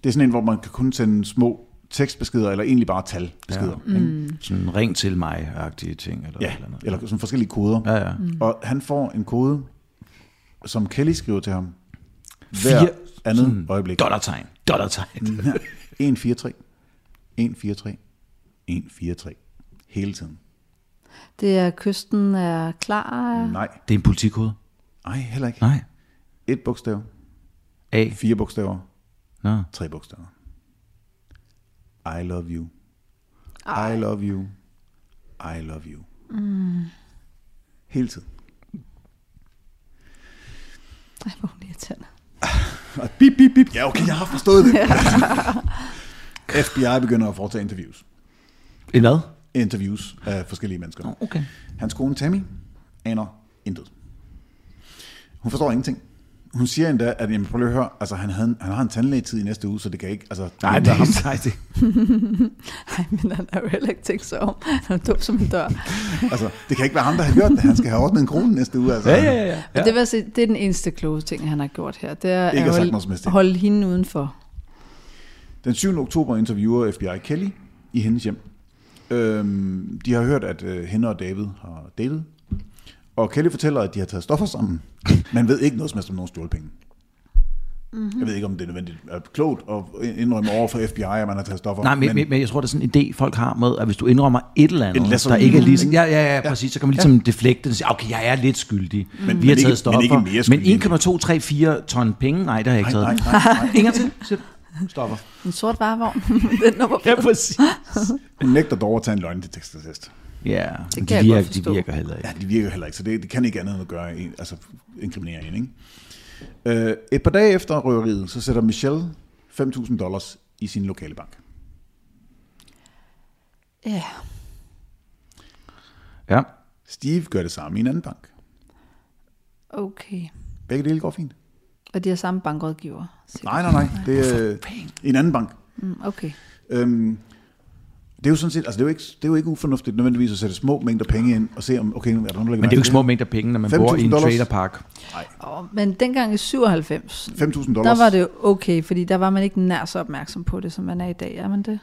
Speaker 2: Det er sådan en, hvor man kan kun sende små tekstbeskeder, eller egentlig bare talbeskeder. Ja, mm.
Speaker 1: Sådan ring til mig-agtige ting. Eller,
Speaker 2: ja.
Speaker 1: eller noget.
Speaker 2: eller sådan forskellige koder.
Speaker 1: Ja, ja.
Speaker 2: Mm. Og han får en kode, som Kelly skriver til ham, hver
Speaker 1: Fire
Speaker 2: andet øjeblik.
Speaker 1: Dollartegn. Dollartegn.
Speaker 2: Mm. 1, 4, 3. 1, 4, 3. 1, 4, 3. Hele tiden.
Speaker 3: det er kysten er klar.
Speaker 2: Nej.
Speaker 1: Det er en politikode.
Speaker 2: Nej, heller ikke.
Speaker 1: Nej.
Speaker 2: Et bogstav.
Speaker 1: A.
Speaker 2: Fire bogstaver.
Speaker 1: Nå.
Speaker 2: Tre bogstaver. I love you. I love you. I love you. Mm. Hele tiden.
Speaker 6: Ej, hvor hun irriterende.
Speaker 2: Og Bip, bip, bip. (laughs) Ja, okay, jeg har forstået det. FBI begynder at foretage interviews.
Speaker 1: En hvad?
Speaker 2: Interviews af forskellige mennesker.
Speaker 1: Okay.
Speaker 2: Hans kone Tammy aner intet. Hun forstår ingenting. Hun siger endda, at jamen, prøv lige at høre, altså, han, havde, en- han har en tandlægetid i næste uge, så det kan ikke... Altså,
Speaker 1: Nej, det (laughs)
Speaker 2: det er ham.
Speaker 1: er nej, det.
Speaker 3: Nej, men han har jo heller ikke tænkt sig om. Han er dum som en dør.
Speaker 2: Altså, det kan ikke være ham, der har gjort det. Han skal have ordnet en krone næste uge. Altså.
Speaker 1: Ja, ja, ja.
Speaker 3: Ja. Det, vil jeg sige, det er den eneste kloge ting, han har gjort her. Det er
Speaker 2: Ikke at
Speaker 3: at
Speaker 2: sagt
Speaker 3: holde,
Speaker 2: noget som helst til.
Speaker 3: holde hende udenfor.
Speaker 2: Den 7. oktober interviewer FBI Kelly i hendes hjem. Øhm, de har hørt, at øh, hende og David har datet. Og Kelly fortæller, at de har taget stoffer sammen. Man ved ikke noget som helst om nogen stjålpenge. Mm-hmm. Jeg ved ikke, om det er nødvendigt er klogt at indrømme over for FBI, at man har taget stoffer.
Speaker 1: Nej, men, men, men jeg tror, det er sådan en idé, folk har med, at hvis du indrømmer et eller andet,
Speaker 2: Et lesser
Speaker 1: der ikke er lige...
Speaker 2: evil,
Speaker 1: Ja, ja, ja, præcis. Så kan man ligesom ja. deflekte det og sige, okay, jeg er lidt skyldig. Men, Vi
Speaker 2: men
Speaker 1: har
Speaker 2: ikke- men
Speaker 1: taget stoffer.
Speaker 2: ikke mere skyldig end
Speaker 1: Men 1,234 ton penge, nej, det har jeg ikke
Speaker 2: nej, nej,
Speaker 1: taget.
Speaker 2: nej, nej.
Speaker 3: (laughs)
Speaker 1: Ingen til. siger du. Stopper.
Speaker 3: En sort varevogn. (laughs) den nummer
Speaker 1: (laughs) Ja, præcis.
Speaker 2: Hun nægter dog at tage en løgndetektortest.
Speaker 1: Ja, men
Speaker 3: kan jeg
Speaker 1: de
Speaker 3: godt
Speaker 1: virker, de
Speaker 3: forstå.
Speaker 1: virker heller ikke.
Speaker 2: Ja, de virker jo heller ikke, så det, det kan ikke andet end at gøre en, altså inkriminere en, ikke? Øh, et par dage efter røveriet, så sætter Michelle 5.000 dollars i sin lokale bank.
Speaker 6: Ja.
Speaker 1: Ja.
Speaker 2: Steve gør det samme i en anden bank.
Speaker 3: Okay.
Speaker 2: Begge dele går fint.
Speaker 3: Og de har samme bankrådgiver. sikkert.
Speaker 2: Nej, nej, nej. Det er øh, i en anden bank.
Speaker 3: Mm, Okay.
Speaker 2: Øhm, det er jo sådan set, altså det er jo ikke, det er jo ikke ufornuftigt nødvendigvis at sætte små mængder penge ind og se om, okay, er der nogen, der
Speaker 1: Men det er jo ikke små mængder penge, når man bor i
Speaker 2: 5.000
Speaker 1: en
Speaker 2: dollars.
Speaker 1: trailerpark.
Speaker 3: Og, men dengang i 97,
Speaker 2: 5.000 dollars.
Speaker 3: der var det jo okay, fordi der var man ikke nær så opmærksom på det, som man er i dag. Er man det?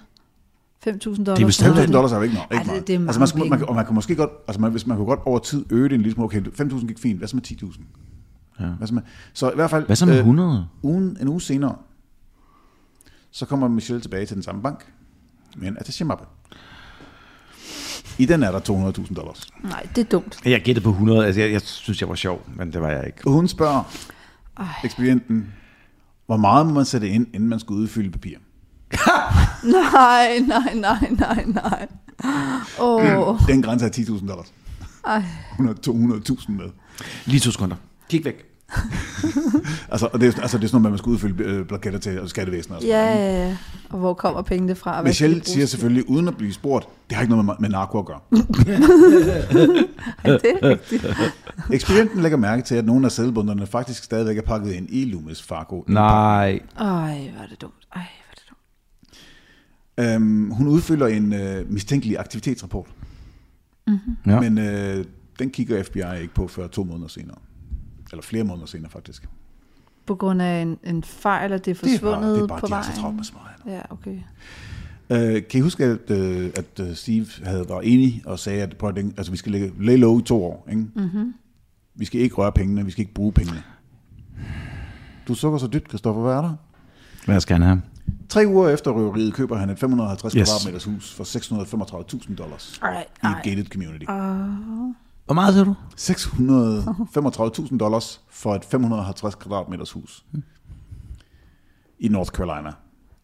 Speaker 3: 5.000 dollars.
Speaker 1: vist
Speaker 3: om
Speaker 2: 5.000
Speaker 3: måneden.
Speaker 2: dollars er jo ikke nok. Ikke
Speaker 3: Ej, det-
Speaker 2: meget.
Speaker 3: det er mange
Speaker 2: altså, man, skulle, man,
Speaker 3: penge.
Speaker 2: kan- og man kan måske godt, altså man, hvis man kunne godt over tid øge det en lille smule, okay, 5.000 gik fint, hvad så med 10.000? Ja. Hvad så, med, så i hvert fald...
Speaker 1: Hvad så med
Speaker 2: øh,
Speaker 1: 100?
Speaker 2: Ugen, en uge senere, så kommer Michelle tilbage til den samme bank, med en attaché-mappe. I den er der 200.000 dollars.
Speaker 3: Nej, det er dumt.
Speaker 1: Jeg gættede på 100. Altså, jeg, jeg synes, jeg var sjov, men det var jeg ikke.
Speaker 2: Hun spørger ekspedienten, hvor meget må man sætte ind, inden man skal udfylde papir?
Speaker 3: Nej, nej, nej, nej, nej. Åh, oh,
Speaker 2: Den grænse er 10.000 dollars.
Speaker 3: Ej.
Speaker 2: Hun har 200.000 med.
Speaker 1: Lige to sekunder. Kig væk.
Speaker 2: Altså, og det, er, altså, det er sådan noget, med, at man skal udfylde øh, plaketter til og skattevæsenet. Og sådan
Speaker 3: ja,
Speaker 2: noget,
Speaker 3: ja, ja. Og hvor kommer pengene fra? og
Speaker 2: ikke?
Speaker 3: hvad skal
Speaker 2: Michelle
Speaker 3: de bruges
Speaker 2: siger
Speaker 3: til?
Speaker 2: selvfølgelig, uden at blive spurgt, det har ikke noget med, med narko at gøre.
Speaker 3: Ja, det er rigtigt.
Speaker 2: Ekspedienten lægger mærke til, at nogle af sædelbunderne faktisk stadigvæk er pakket ind i Loomis Fargo.
Speaker 1: Nej.
Speaker 3: Ej, hvor er det dumt. Ej, hvor er det dumt.
Speaker 2: Øhm, hun udfylder en øh, mistænkelig aktivitetsrapport. Mm-hmm.
Speaker 1: Ja.
Speaker 2: Men øh, den kigger FBI ikke på før to måneder senere. Eller flere måneder senere, faktisk.
Speaker 3: På grund af en, en fejl, at det er
Speaker 2: Det er
Speaker 3: forsvundet
Speaker 2: bare, det er bare
Speaker 3: på
Speaker 2: de har så travlt
Speaker 3: vejen.
Speaker 2: med så meget.
Speaker 3: Ja, okay.
Speaker 2: Øh, kan I huske, at, øh, at øh, Steve havde var enig og sagde, at prøv, at tænke, altså, vi skal lægge lay low i to år. Ikke? Mm-hmm.
Speaker 3: Mhm.
Speaker 2: Vi skal ikke røre pengene, vi skal ikke bruge pengene. Du sukker så dybt, Kristoffer. Hvad er der?
Speaker 1: Hvad skal han have?
Speaker 2: Tre uger efter røveriet køber han et 550
Speaker 1: Yes.
Speaker 2: yes. kvadratmeters hus for 635.000 dollars
Speaker 3: Ej,
Speaker 2: i
Speaker 3: ej.
Speaker 2: et gated community.
Speaker 1: Hvor meget siger du?
Speaker 2: 635.000
Speaker 3: Hmm.
Speaker 2: dollars for et 550 kvadratmeters hus i North Carolina.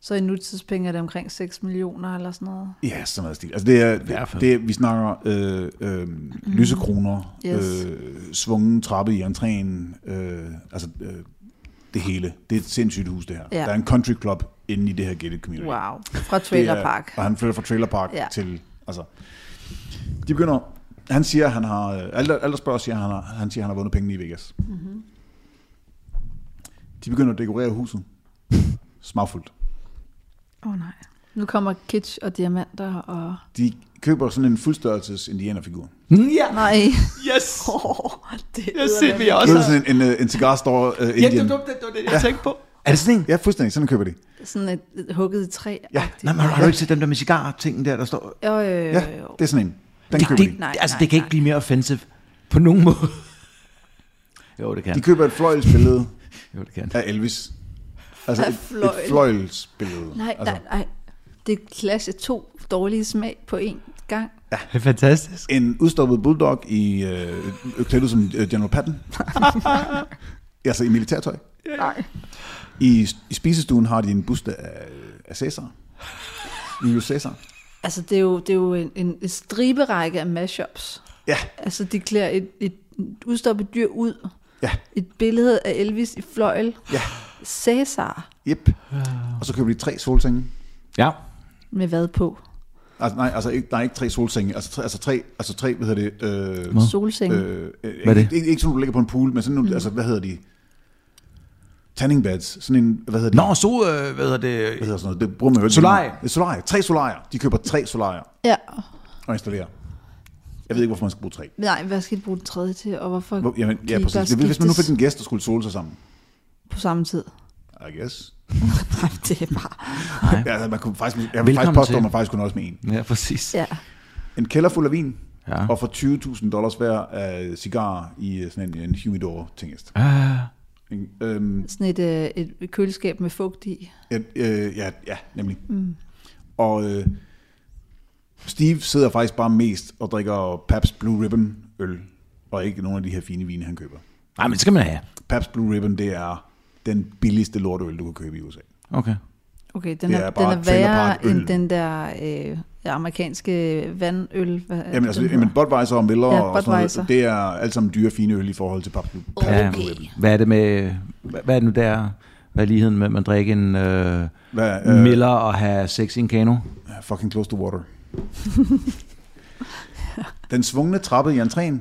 Speaker 3: Så i nutidspenge er det omkring 6 millioner eller sådan noget.
Speaker 2: Ja, sådan noget stil. Altså det er,
Speaker 1: hvert fald.
Speaker 2: det, det er vi snakker øh, øh, mm. lysekroner,
Speaker 3: Yes.
Speaker 2: øh, svungen trappe i entréen, øh, altså øh, det hele. Det er et sindssygt hus, det her.
Speaker 3: Ja.
Speaker 2: Der er en country club inde i det her gated community.
Speaker 3: Wow. Fra
Speaker 2: Det er-
Speaker 3: Trailer Park.
Speaker 2: Og han flytter fra Trailer Park
Speaker 3: Ja.
Speaker 2: ja. til... Altså, de begynder... Han siger, han har... øh, Alle, der- alle der spørger, siger, han har, han siger, han har vundet pengene i Vegas. Mm-hmm. De begynder at dekorere huset. Smagfuldt.
Speaker 3: Åh oh, nej. Nu kommer kitsch og diamanter og...
Speaker 2: De køber sådan en fuldstørrelses indianerfigur.
Speaker 1: Ja,
Speaker 3: Nej.
Speaker 1: yes!
Speaker 3: Oh, det
Speaker 1: Jeg ser vi
Speaker 2: Det er
Speaker 1: også.
Speaker 2: sådan en, en, øh, en cigar store uh,
Speaker 1: Ja,
Speaker 2: Indian.
Speaker 1: det var dumt, det var det, jeg tænkte på.
Speaker 2: Er det sådan en? Ja, fuldstændig. Sådan køber de.
Speaker 3: Sådan et, et hugget i træ.
Speaker 2: Ja.
Speaker 1: Nej, men har, har du ikke set den der med cigar-tingen der, der står...
Speaker 3: Jo, jo, jo,
Speaker 2: Ja,
Speaker 3: jo.
Speaker 2: det er sådan en. Den
Speaker 1: Det,
Speaker 2: køber
Speaker 1: det,
Speaker 2: de.
Speaker 3: Nej,
Speaker 1: altså,
Speaker 3: nej,
Speaker 1: det kan ikke blive mere offensive. På nogen måde. Jo, det
Speaker 2: De
Speaker 1: kan.
Speaker 2: køber et fløjlsbillede
Speaker 1: Jo, det kan.
Speaker 2: af Elvis. Altså
Speaker 3: Af
Speaker 2: et,
Speaker 3: fløjl.
Speaker 2: et fløjlsbillede.
Speaker 3: Nej,
Speaker 2: altså,
Speaker 3: nej, nej. Det klasse to dårlige smag på én gang.
Speaker 1: Det er (laughs) fantastisk.
Speaker 2: En udstoppet bulldog i øh, øh, klædt ud som øh, General Patton. altså i militærtøj.
Speaker 3: Nej.
Speaker 2: I, I spisestuen har de en buste af, af Cæsar. Julius Cæsar.
Speaker 3: Altså, det er jo, det er jo en, en, en striberække af mashups.
Speaker 2: Ja,
Speaker 3: Altså, de klæder et, et udstoppet dyr ud.
Speaker 2: ja,
Speaker 3: Et billede af Elvis i fløjl.
Speaker 2: ja.
Speaker 3: Cæsar
Speaker 2: Jep. Og så køber de tre solsenge.
Speaker 1: Ja.
Speaker 3: med hvad på?
Speaker 2: Altså, nej, altså ikke, nej, ikke tre solsenge. Altså tre, altså tre, altså tre hvad hedder det? Øh,
Speaker 3: Solseng. Øh.
Speaker 2: øh, øh,
Speaker 1: Hvad er det?
Speaker 2: Ikke, ikke, ikke sådan, du ligger på en pool, men sådan nogle, mm. altså, hvad hedder de? Tanning beds. Sådan en, hvad hedder de?
Speaker 1: Nå, så, øh, hvad hedder
Speaker 2: Hvad
Speaker 1: det?
Speaker 2: hedder sådan noget? Det bruger man jo ikke.
Speaker 1: Solarie.
Speaker 2: Det er Solarie. Tre solarier. De køber tre solarier
Speaker 3: Ja.
Speaker 2: og installerer. Jeg ved ikke, hvorfor man skal bruge tre.
Speaker 3: Nej, hvad skal de bruge den tredje til? Og hvorfor
Speaker 2: Hvor, jamen, ja,
Speaker 3: de
Speaker 2: præcis.
Speaker 3: bør
Speaker 2: Det, er, hvis man nu
Speaker 3: skiftes
Speaker 2: fik en gæst, der skulle sole sig sammen.
Speaker 3: på samme tid? (laughs)
Speaker 2: I guess.
Speaker 3: Nej, det er bare...
Speaker 2: Ja, altså, man kunne faktisk, jeg vil
Speaker 1: Velkommen
Speaker 2: faktisk påstå,
Speaker 1: til.
Speaker 2: at man faktisk kunne nøjes med en.
Speaker 1: Ja, præcis.
Speaker 3: Ja.
Speaker 2: En kælder fuld af vin,
Speaker 1: Ja.
Speaker 2: og for 20.000 dollars hver af cigar i øh, sådan en, en humidor tingest.
Speaker 1: Ah,
Speaker 2: En, øhm,
Speaker 3: Sådan et, øh, et køleskab med fugt i.
Speaker 2: et, øh, ja, ja, nemlig. Mm. Og øh, Steve sidder faktisk bare mest og drikker Pabst Blue Ribbon øl, og ikke nogen af de her fine vine, han køber.
Speaker 1: Nej, men det skal man have.
Speaker 2: Pabst Blue Ribbon, det er den billigste lorteøl, du kan købe i USA.
Speaker 1: Okay.
Speaker 3: Okay, den
Speaker 2: Det
Speaker 3: er,
Speaker 2: er
Speaker 3: den
Speaker 2: bare
Speaker 3: er værre
Speaker 2: trailerparkøl.
Speaker 3: end den der øh, amerikanske vandøl. Hvad,
Speaker 2: Jamen, altså,
Speaker 3: den
Speaker 2: jamen,
Speaker 3: hedder.
Speaker 2: Budweiser og Miller
Speaker 3: Ja,
Speaker 2: ja, og sådan
Speaker 3: Budweiser.
Speaker 2: noget, det er alt sammen dyre, fine øl i forhold til Pabst Blue, Pabst
Speaker 1: Ja,
Speaker 2: Blue Ribbon.
Speaker 1: hvad er det med, hvad hvad er det nu der, hvad er ligheden med, at man drikker en øh,
Speaker 2: Hvad,
Speaker 1: øh. Miller og have sex i en kano?
Speaker 2: Fucking close to
Speaker 3: (laughs)
Speaker 2: water. den svungne trappe i entréen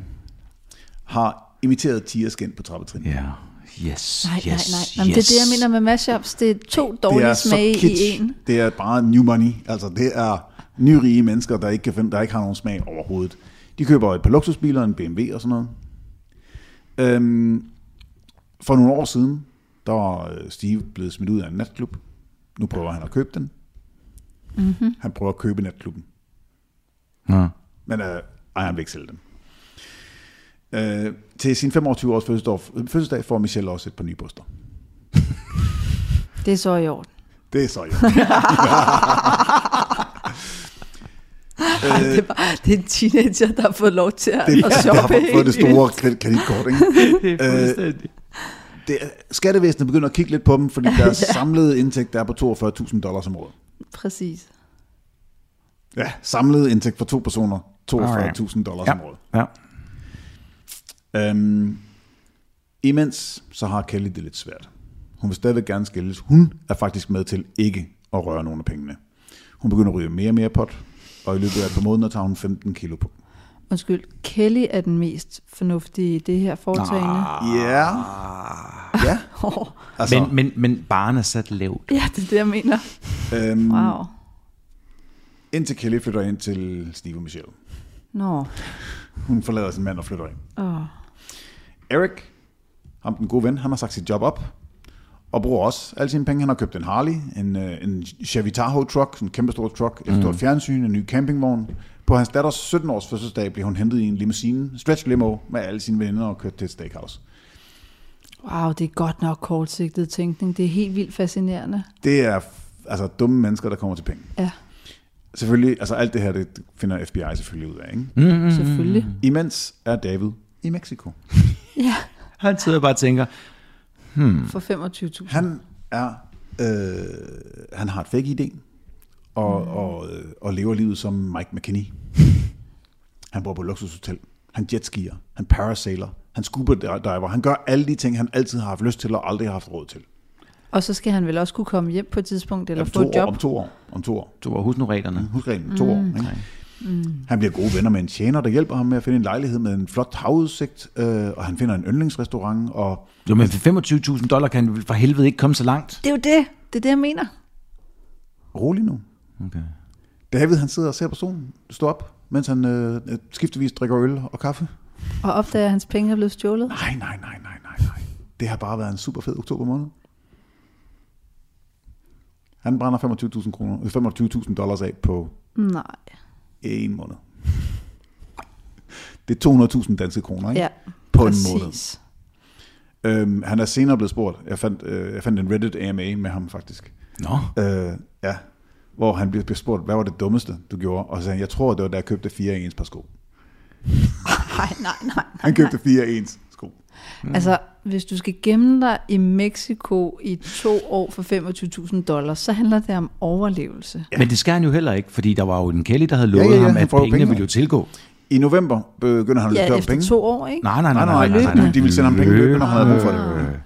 Speaker 2: har imiteret tigerskind på trappetrin.
Speaker 1: Ja, yes,
Speaker 3: Nej,
Speaker 1: yes,
Speaker 3: nej, nej. Jamen,
Speaker 1: yes.
Speaker 3: det er det, jeg mener med mashups. Det er to dårlige smage i en.
Speaker 2: Det er bare new money. Altså, det er nyrige mennesker, der ikke, kan finde, der ikke har nogen smag overhovedet. De køber et par luksusbiler, en BMW og sådan noget. Øhm, for nogle år siden, der var øh, Steve blevet smidt ud af en natklub. Nu prøver han at købe den.
Speaker 3: Mhm.
Speaker 2: Mm-hmm. Han prøver at købe natklubben.
Speaker 1: Ja.
Speaker 2: Men øh, ej, han vil ikke sælge dem. Øh, til sin 25 års fødselsdag, fødselsdag får Michelle også et par nye bryster.
Speaker 3: Det er så i orden.
Speaker 2: Det er så
Speaker 3: (laughs)
Speaker 2: jo.
Speaker 3: Det, er bare, det er en teenager, der har fået lov til at, at
Speaker 2: Øh, det har
Speaker 3: shoppe.
Speaker 2: fået- fået det
Speaker 3: (laughs)
Speaker 2: store Øh, kred- kreditkort. Ikke?
Speaker 1: Fuldstændig.
Speaker 2: Det, er- skattevæsenet begynder at kigge lidt på dem, fordi deres ja. samlede indtægt er på 42.000 dollars om året.
Speaker 3: Præcis.
Speaker 2: Ja, samlede indtægt for to personer, 42.000 dollars
Speaker 1: ja.
Speaker 2: om året.
Speaker 1: ja.
Speaker 2: Øhm, imens så har Kelly det lidt svært. Hun vil stadigvæk gerne skilles. Hun er faktisk med til ikke at røre nogen af pengene. Hun begynder at ryge mere og mere pot, og i løbet af et par måneder tager hun 15 kilo på.
Speaker 3: Undskyld, Kelly er den mest fornuftige i det her foretagende.
Speaker 2: Ah. Ja.
Speaker 1: Ah.
Speaker 2: Ja.
Speaker 3: Oh,
Speaker 2: Altså,
Speaker 1: Men, men, men baren er sat lavt.
Speaker 3: ja, det er det, jeg mener.
Speaker 2: øhm,
Speaker 3: Wow.
Speaker 2: indtil Kelly flytter ind til Steve og Michelle.
Speaker 3: Nå.
Speaker 2: Hun forlader sin mand og flytter ind.
Speaker 3: Åh.
Speaker 2: Eric, ham den gode ven, han har sagt sit job op, og bruger også alle sine penge. Han har købt en Harley, en, øh, en Chevy Tahoe truck, sådan en kæmpe stor truck, et stort fjernsyn, en ny campingvogn. På hans datters 17 års fødselsdag blev hun hentet i en limousine, stretch limo, med alle sine venner og kørt til et steakhouse.
Speaker 3: Wow, det er godt nok kortsigtet tænkning. Det er helt vildt fascinerende.
Speaker 2: Det er f- altså dumme mennesker, der kommer til penge.
Speaker 3: Ja,
Speaker 2: Selvfølgelig, altså alt det her, det finder FBI selvfølgelig ud af. Ikke?
Speaker 3: mm. selvfølgelig.
Speaker 2: Imens er David i Mexico.
Speaker 3: Ja,
Speaker 1: Han sidder bare og tænker,
Speaker 3: for 25.000.
Speaker 2: Han er Øh, han har et fake ID og, mm. og, øh, og lever livet som Mike
Speaker 3: (laughs)
Speaker 2: McKinney. Han bor på et luksushotel. Han jetskier. Han parasailer. Han scuba diver. Han gør alle de ting, han altid har haft lyst til og aldrig har haft råd til.
Speaker 3: Og så skal han vel også kunne komme hjem på et tidspunkt, eller
Speaker 2: om
Speaker 3: få
Speaker 2: to
Speaker 3: et
Speaker 2: år,
Speaker 3: job.
Speaker 2: om to år. Om to år.
Speaker 1: Du var husk nu reglerne.
Speaker 2: Husk reglen, to år. Ikke? Mm. Han bliver gode venner med en tjener, der hjælper ham med at finde en lejlighed med en flot havudsigt, øh, og han finder en yndlingsrestaurant, og
Speaker 1: Jo, men for 25.000 dollar kan han for helvede ikke komme så langt.
Speaker 3: Det er jo det. Det er det, jeg mener.
Speaker 2: rolig nu.
Speaker 1: Okay.
Speaker 2: David han sidder og ser på solen stå op, mens han øh, skiftevis drikker øl og kaffe.
Speaker 3: Og opdager, at hans penge er blevet stjålet.
Speaker 2: Nej, nej, nej, nej, nej, nej. Det har bare været en super fed oktober måned. Han brænder 25.000 kroner, øh, 25.000 dollars af på
Speaker 3: Nej.
Speaker 2: en måned. Det er 200.000 danske kroner, ikke?
Speaker 3: Ja,
Speaker 2: på
Speaker 3: præcis.
Speaker 2: en måned. Øhm, han er senere blevet spurgt. Jeg fandt, øh, jeg fandt en Reddit AMA med ham faktisk.
Speaker 1: Nå,
Speaker 2: Øh, ja. Hvor han bliver, bliver spurgt, hvad var det dummeste, du gjorde? Og så sagde han, jeg tror, det var, da jeg købte fire ens par sko.
Speaker 3: Nej, nej, nej.
Speaker 2: Han købte fire ens sko.
Speaker 3: Altså, hvis du skal gemme dig i Mexico i to år for 25.000 dollars, så handler det om overlevelse.
Speaker 1: ja. men det skal han jo heller ikke, fordi der var jo en Kelly, der havde lovet
Speaker 2: ja, ja,
Speaker 1: ham,
Speaker 2: han
Speaker 1: at
Speaker 2: får jo
Speaker 1: pengene
Speaker 2: penge.
Speaker 1: ville jo tilgå.
Speaker 2: I november begynder han at løbe
Speaker 3: Ja,
Speaker 2: om
Speaker 3: efter
Speaker 2: penge.
Speaker 3: to år, ikke?
Speaker 1: Nej, nej, nej,
Speaker 2: Nej,
Speaker 1: nej, nej, nej, nej.
Speaker 2: De ville sende ham penge løbende, når han havde brug for det.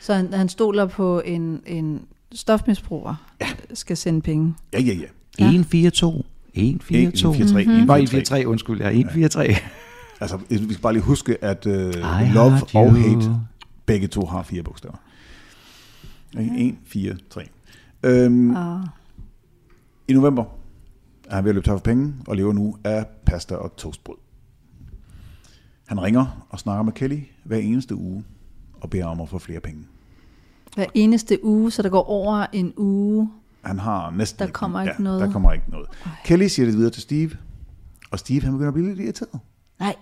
Speaker 3: Så han, han stoler på en, en stofmisbruger, ja. skal sende penge.
Speaker 2: Ja, ja, ja.
Speaker 1: 142. 142.
Speaker 2: 143,
Speaker 1: Nå,
Speaker 2: 143.
Speaker 1: 143, undskyld. Ja, 143.
Speaker 2: Altså, vi skal bare lige huske, at uh, love
Speaker 1: heart
Speaker 2: og
Speaker 1: you.
Speaker 2: hate, begge to har fire bogstaver. 1, 4, 3. Øhm,
Speaker 3: Og
Speaker 2: I november er han ved at løbe tør for penge, og lever nu af pasta og toastbrød. Han ringer og snakker med Kelly hver eneste uge, og beder om at få flere penge.
Speaker 3: hver eneste uge, så der går over en uge.
Speaker 2: Han har næsten
Speaker 3: Der kommer ikke
Speaker 2: ja,
Speaker 3: noget.
Speaker 2: Der kommer ikke noget. Ej. Kelly siger det videre til Steve, og Steve han begynder at blive lidt irriteret.
Speaker 3: Nej.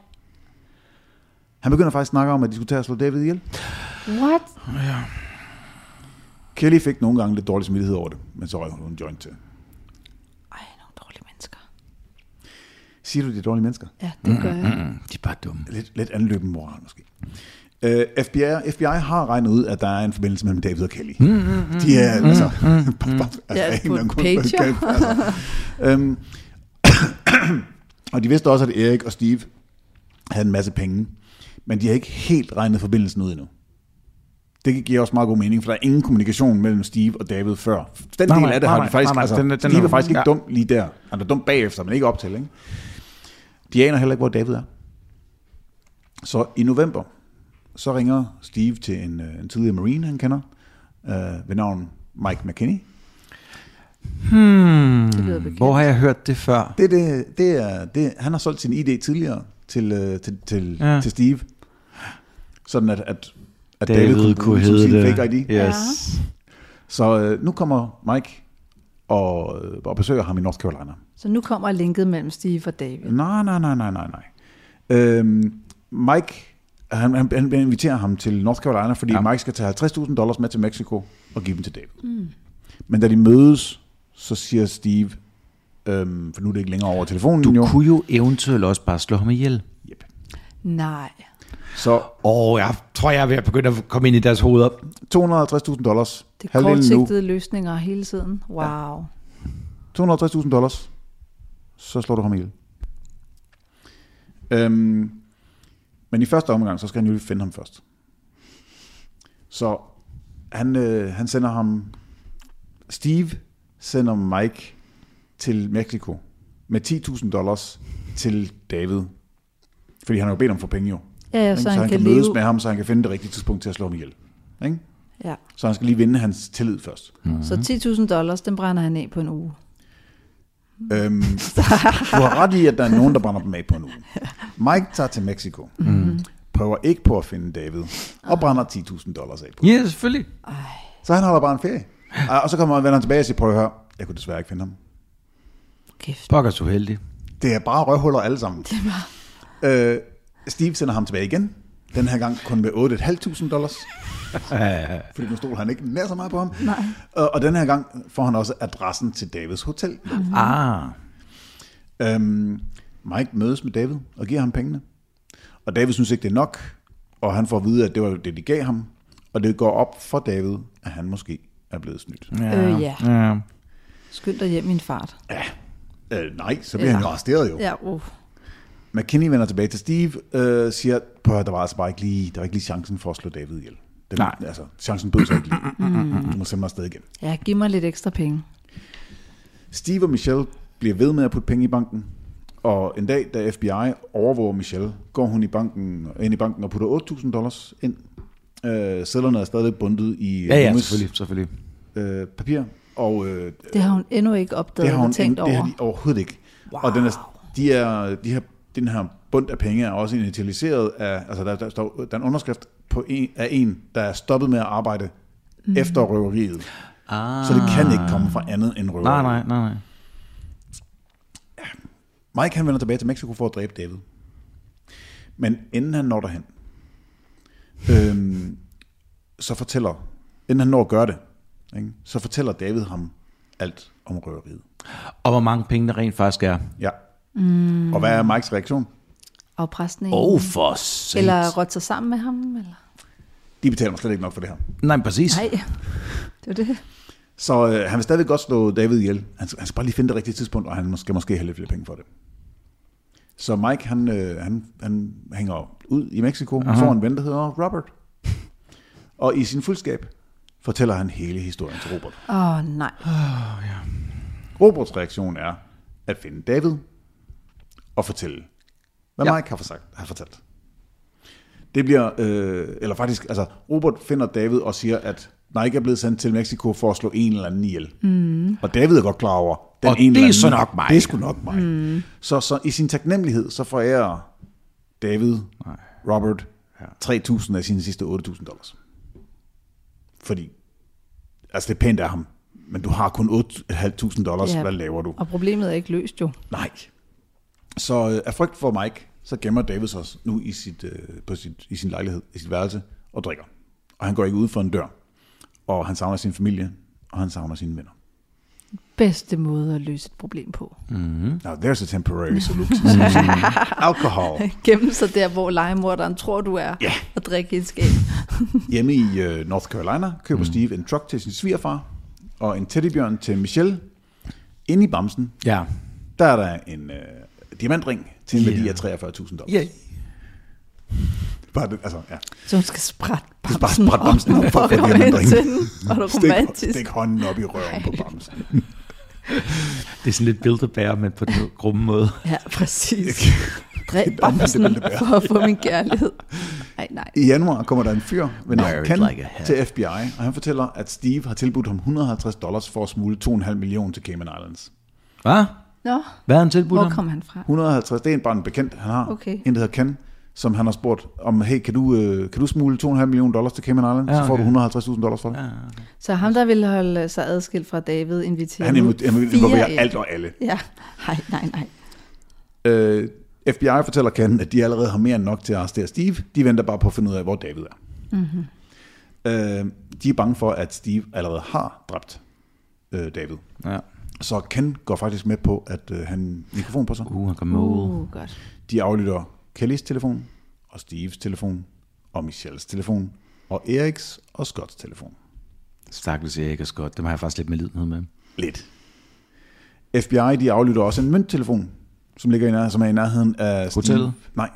Speaker 2: Han begynder faktisk at snakke om, at de skulle tage og slå David ihjel.
Speaker 3: What?
Speaker 2: Kelly fik nogle gange lidt dårlig samvittighed over det, men så røg hun en joint til.
Speaker 3: Ej, nogle dårlige mennesker.
Speaker 2: Siger du, de er dårlige mennesker?
Speaker 3: Ja, det gør jeg.
Speaker 1: Mm, de er bare dumme.
Speaker 2: Lidt, lidt anløbende moral måske. Uh, FBI, FBI har regnet ud, at der er en forbindelse mellem David og Kelly. Mm, mm, de er mm, altså... Mm, mm, (laughs) altså
Speaker 3: Ja,
Speaker 2: af en eller
Speaker 3: på
Speaker 2: anden grund-
Speaker 3: pager.
Speaker 2: altså. øhm, (coughs) og de vidste også, at Erik og Steve havde en masse penge, men de har ikke helt regnet forbindelsen ud endnu. Det giver også meget god mening, for der er ingen kommunikation mellem Steve og David før. Den
Speaker 1: Nej,
Speaker 2: del
Speaker 1: nej,
Speaker 2: af det
Speaker 1: nej,
Speaker 2: har
Speaker 1: nej,
Speaker 2: de faktisk...
Speaker 1: nej, nej,
Speaker 2: altså,
Speaker 1: den- den-
Speaker 2: Steve er faktisk ikke
Speaker 1: ja.
Speaker 2: dum lige der. Han er dum bagefter, men ikke op til. Ikke? De aner heller ikke, hvor David er. Så i november, så ringer Steve til en, øh, en tidligere marine, han kender, øh, ved navn Mike McKinney.
Speaker 3: Det lyder bekendt.
Speaker 1: Hmm. Hvor har jeg hørt det før?
Speaker 2: Det, det, det er, det, han har solgt sin ID tidligere til, øh, til, til, ja.
Speaker 1: Ja.
Speaker 2: til Steve. Sådan at, at, at
Speaker 1: David, David
Speaker 2: bruge
Speaker 1: kunne
Speaker 2: den som
Speaker 1: hedde
Speaker 2: sin
Speaker 1: det.
Speaker 2: Fake ID.
Speaker 1: Yes.
Speaker 2: Så øh, nu kommer Mike og, øh, og besøger ham i North Carolina.
Speaker 3: Så nu kommer linket mellem Steve og David.
Speaker 2: Nej, nej, nej, nej, nej, nej. Øhm, Mike, han, han, han inviterer ham til North Carolina, fordi ja. Mike skal tage 50.000 dollars med til Mexico og give dem til David. Mm. Men da de mødes, så siger Steve, øhm, for nu er det ikke længere over telefonen
Speaker 1: Du
Speaker 2: jo.
Speaker 1: kunne jo eventuelt også bare slå ham ihjel.
Speaker 2: Yep.
Speaker 3: Nej.
Speaker 2: Så
Speaker 1: Åh, oh, jeg tror, jeg er ved at begynde at komme ind i deres hoveder.
Speaker 2: 250.000 dollars.
Speaker 3: Det er
Speaker 2: Halvdelen nu.
Speaker 3: kortsigtede løsninger hele tiden. Wow.
Speaker 2: 250.000 dollars. Så slår du ham ihjel. Øhm, men i første omgang, så skal han jo lige finde ham først. Så han, øh, han sender ham... Steve sender Mike til Mexico med 10.000 dollars til David. Fordi han har jo bedt om for penge jo.
Speaker 3: Ja, ja
Speaker 2: Ikke?
Speaker 3: så, han,
Speaker 2: han
Speaker 3: kan,
Speaker 2: mødes
Speaker 3: leve.
Speaker 2: med ham, så han kan finde det rigtige tidspunkt til at slå ham ihjel. Ikke?
Speaker 3: Ja.
Speaker 2: Så han skal lige vinde hans tillid først.
Speaker 1: Mm.
Speaker 3: Så 10.000 dollars, den brænder han af på en uge.
Speaker 2: Øhm, du har ret i, at der er nogen, der brænder dem af på en uge. Mike tager til Mexico, mm. prøver ikke på at finde David, og brænder 10.000 dollars af på.
Speaker 1: Ja, selvfølgelig.
Speaker 2: Så han holder bare en ferie. Og- Og så kommer han, vender han tilbage og siger, prøv at høre, jeg kunne desværre ikke finde ham.
Speaker 3: Kæft.
Speaker 1: Pokkers uheldig.
Speaker 2: Det er bare røvhuller alle sammen. Det bare... Øh, Steve sender ham tilbage igen. Den her gang kun med 8.500 dollars. fordi nu stoler han ikke nær så meget på ham. Nej. Og, og den her gang får han også adressen til Davids hotel.
Speaker 3: Mm-hmm.
Speaker 1: Ah,
Speaker 2: Øhm, Mike mødes med David og giver ham pengene. Og David synes ikke, det er nok, og han får at vide, at det var det, de gav ham. Og det går op for David, at han måske er blevet snydt.
Speaker 3: Øh, ja.
Speaker 1: ja.
Speaker 3: Skynd dig hjem i en fart.
Speaker 2: Øh, nej, så bliver ja. han jo arresteret jo.
Speaker 3: Ja, uh.
Speaker 2: McKinney vender tilbage til Steve, øh, siger, prøv at der var altså bare ikke lige, der var ikke lige chancen for at slå David ihjel. Den,
Speaker 1: Nej.
Speaker 2: Altså, chancen bød sig ikke lige. Du må sende mig afsted igen.
Speaker 3: Ja, giv mig lidt ekstra penge.
Speaker 2: Steve og Michelle bliver ved med at putte penge i banken, og en dag, da FBI overvåger Michelle, går hun i banken, ind i banken og putter 8.000 dollars ind. Øh, sædlerne er stadig bundet i
Speaker 1: Ja, ja,
Speaker 2: Loomis,
Speaker 1: selvfølgelig, selvfølgelig.
Speaker 2: øh, papir, og øh,
Speaker 3: Det har hun endnu ikke opdaget
Speaker 2: det har hun
Speaker 3: og tænkt
Speaker 2: det
Speaker 3: over.
Speaker 2: har de overhovedet ikke. Wow. Og den er, de er, de her, den her bund af penge er også initialiseret af, altså der, der, står, der er en underskrift på en, af en, der er stoppet med at arbejde mm. efter røveriet. Ah. Så det kan ikke komme fra andet end røveriet.
Speaker 1: Nej, nej, nej, nej.
Speaker 2: Mike han vender tilbage til Mexico for at dræbe David. Men inden han når derhen, øhm, så fortæller, inden han når at gøre det, ikke, så fortæller David ham alt om røveriet.
Speaker 1: Og hvor mange penge der rent faktisk er.
Speaker 2: Ja. Mm. Og hvad er Mikes reaktion?
Speaker 3: Afpresning.
Speaker 1: for sent.
Speaker 3: eller rådt sig sammen med ham. Eller?
Speaker 2: De betaler mig slet ikke nok for det her.
Speaker 1: Nej, men præcis.
Speaker 3: Nej, det var det.
Speaker 2: Så øh, han vil stadigvæk godt slå David ihjel. Han, skal- han skal bare lige finde det rigtige tidspunkt, og han skal måske have lidt flere penge for det. Så Mike, han, øh, han, han hænger ud i Mexico, Aha. får en ven, der hedder Robert. Og i sin fuldskab fortæller han hele historien til Robert.
Speaker 3: Åh, oh, nej.
Speaker 2: Roberts reaktion er at finde David og fortælle, hvad ja. Mike har, forsagt, har fortalt. Det bliver, øh, eller faktisk, altså Robert finder David og siger, at Nike er blevet sendt til Mexico for at slå en eller anden ihjel. Mm. Og David er godt klar over, den
Speaker 1: Og
Speaker 2: en
Speaker 1: det
Speaker 2: eller
Speaker 1: er
Speaker 2: anden,
Speaker 1: så nok mig.
Speaker 2: Det er sgu nok mig. Mm. Så, så i sin taknemmelighed, så forærer David Nej. Robert 3.000 af sine sidste 8.000 dollars. Fordi, altså det er pænt af ham, men du har kun 8.500 dollars,
Speaker 3: Ja.
Speaker 2: hvad laver du?
Speaker 3: Og problemet er ikke løst jo.
Speaker 2: Nej. Så øh, af frygt for Mike, så gemmer Davis os nu i, sit, øh, på sit, i sin lejlighed, i sit værelse, og drikker. Og han går ikke ud for en dør. Og han savner sin familie, og han savner sine venner.
Speaker 1: Mm.
Speaker 3: Bedste måde at løse et problem på.
Speaker 2: Now there's a temporary
Speaker 1: (laughs)
Speaker 2: solution. Alkohol.
Speaker 3: (laughs) Gemme sig der, hvor legemorderen tror, du er,
Speaker 2: Ja.
Speaker 3: og drikke i et skab.
Speaker 2: Hjemme i øh, North Carolina køber
Speaker 1: Mm.
Speaker 2: Steve en truck til sin svigerfar, og en teddybjørn til Michelle. Inde i bamsen,
Speaker 1: Ja.
Speaker 2: der er der en øh, diamantring til en
Speaker 1: Yeah.
Speaker 2: værdi af 43.000 dollars.
Speaker 1: Ja.
Speaker 2: Bare det, altså, ja.
Speaker 3: Så hun skal sprætte
Speaker 2: Du skal
Speaker 3: bamsen
Speaker 2: bare sprætte bamsen op for at få
Speaker 3: og
Speaker 2: diamantringen.
Speaker 3: hen til den. Var det
Speaker 2: Mm. Stik,
Speaker 3: romantisk?
Speaker 2: stik hånden op i røven på bamsen.
Speaker 1: Det er sådan lidt bilderbær, men (laughs) på den grumme måde.
Speaker 3: Ja, præcis. Dræb bamsen
Speaker 2: ville det være.
Speaker 3: for at få min kærlighed. Nej, nej.
Speaker 2: I januar kommer der en fyr ved navn
Speaker 1: Married
Speaker 2: Ken
Speaker 1: like a hat.
Speaker 2: til FBI, og han fortæller, at Steve har tilbudt ham 150 dollars for at smule 2,5 millioner til Cayman Islands.
Speaker 1: Hvad?
Speaker 3: Nå,
Speaker 1: Hvad har han tilbudt
Speaker 3: hvor
Speaker 1: ham?
Speaker 3: kom han fra?
Speaker 2: 150, det er en bare en bekendt, han har.
Speaker 3: Okay.
Speaker 2: En, der hedder Ken, som han har spurgt om, hey, kan du, øh, kan du smule 2,5 millioner dollars til Cayman Islands?
Speaker 1: Ja,
Speaker 2: Ja, okay.
Speaker 1: okay.
Speaker 2: Så får du 150.000 dollars for det. Ja.
Speaker 3: Så ham, der ville holde sig adskilt fra David, inviterer
Speaker 2: Han
Speaker 3: nu
Speaker 2: invo- han
Speaker 3: fire
Speaker 2: involverer
Speaker 3: ind.
Speaker 2: alt og alle.
Speaker 3: Ja, nej, nej, nej.
Speaker 2: Øh, FBI fortæller Ken, at de allerede har mere end nok til at arrestere Steve. De venter bare på at finde ud af, hvor David er.
Speaker 3: Mhm.
Speaker 2: Mm-hmm. Øh, de er bange for, at Steve allerede har dræbt øh, David.
Speaker 1: Ja.
Speaker 2: Så Ken går faktisk med på, at øh, han mikrofon på sig.
Speaker 1: Uh, han kom med ud.
Speaker 3: Uh, godt.
Speaker 2: De aflytter Kellys telefon, og Steves telefon, og Michelles telefon, og Eriks og Scotts telefon.
Speaker 1: Stakkels Erik og Scott. Dem har jeg faktisk lidt med lidenhed med.
Speaker 2: Lidt. FBI de aflytter også en mønttelefon, som ligger i nær, som er i nærheden af Steve.
Speaker 1: Hotellet?
Speaker 2: Nej.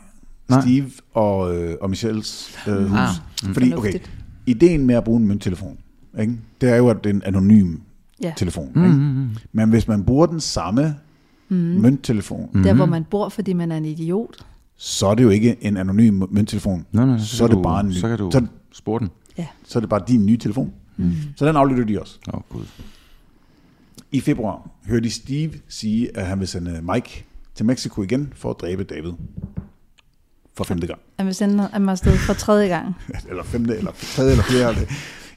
Speaker 1: Nej.
Speaker 2: Steve og, øh, og Michelles øh, hus.
Speaker 1: Ah,
Speaker 2: Mm. Fordi, okay,
Speaker 3: Fornuftigt.
Speaker 2: ideen med at bruge en mønttelefon, ikke? det er jo, at det er en anonym
Speaker 3: Ja,
Speaker 2: telefon. Ikke? Mm. Men hvis man bruger den samme mm. mønttelefon, mm.
Speaker 3: der hvor man bor, fordi man er en idiot.
Speaker 2: så er det jo ikke en anonym mønttelefon.
Speaker 1: Nå, nej,
Speaker 2: så, så er det
Speaker 1: du,
Speaker 2: bare en ny.
Speaker 1: Så kan du
Speaker 2: så,
Speaker 1: spore den.
Speaker 2: så er det bare din nye telefon. Mm. Så den aflytter de også.
Speaker 1: Åh, oh, gud.
Speaker 2: I februar hørte de Steve sige, at han vil sende Mike til Mexico igen for at dræbe David. For femte gang. (laughs)
Speaker 3: At man sender ham afsted for tredje gang.
Speaker 2: Eller femte, eller tredje, eller fjerde.
Speaker 1: (laughs)
Speaker 2: eller-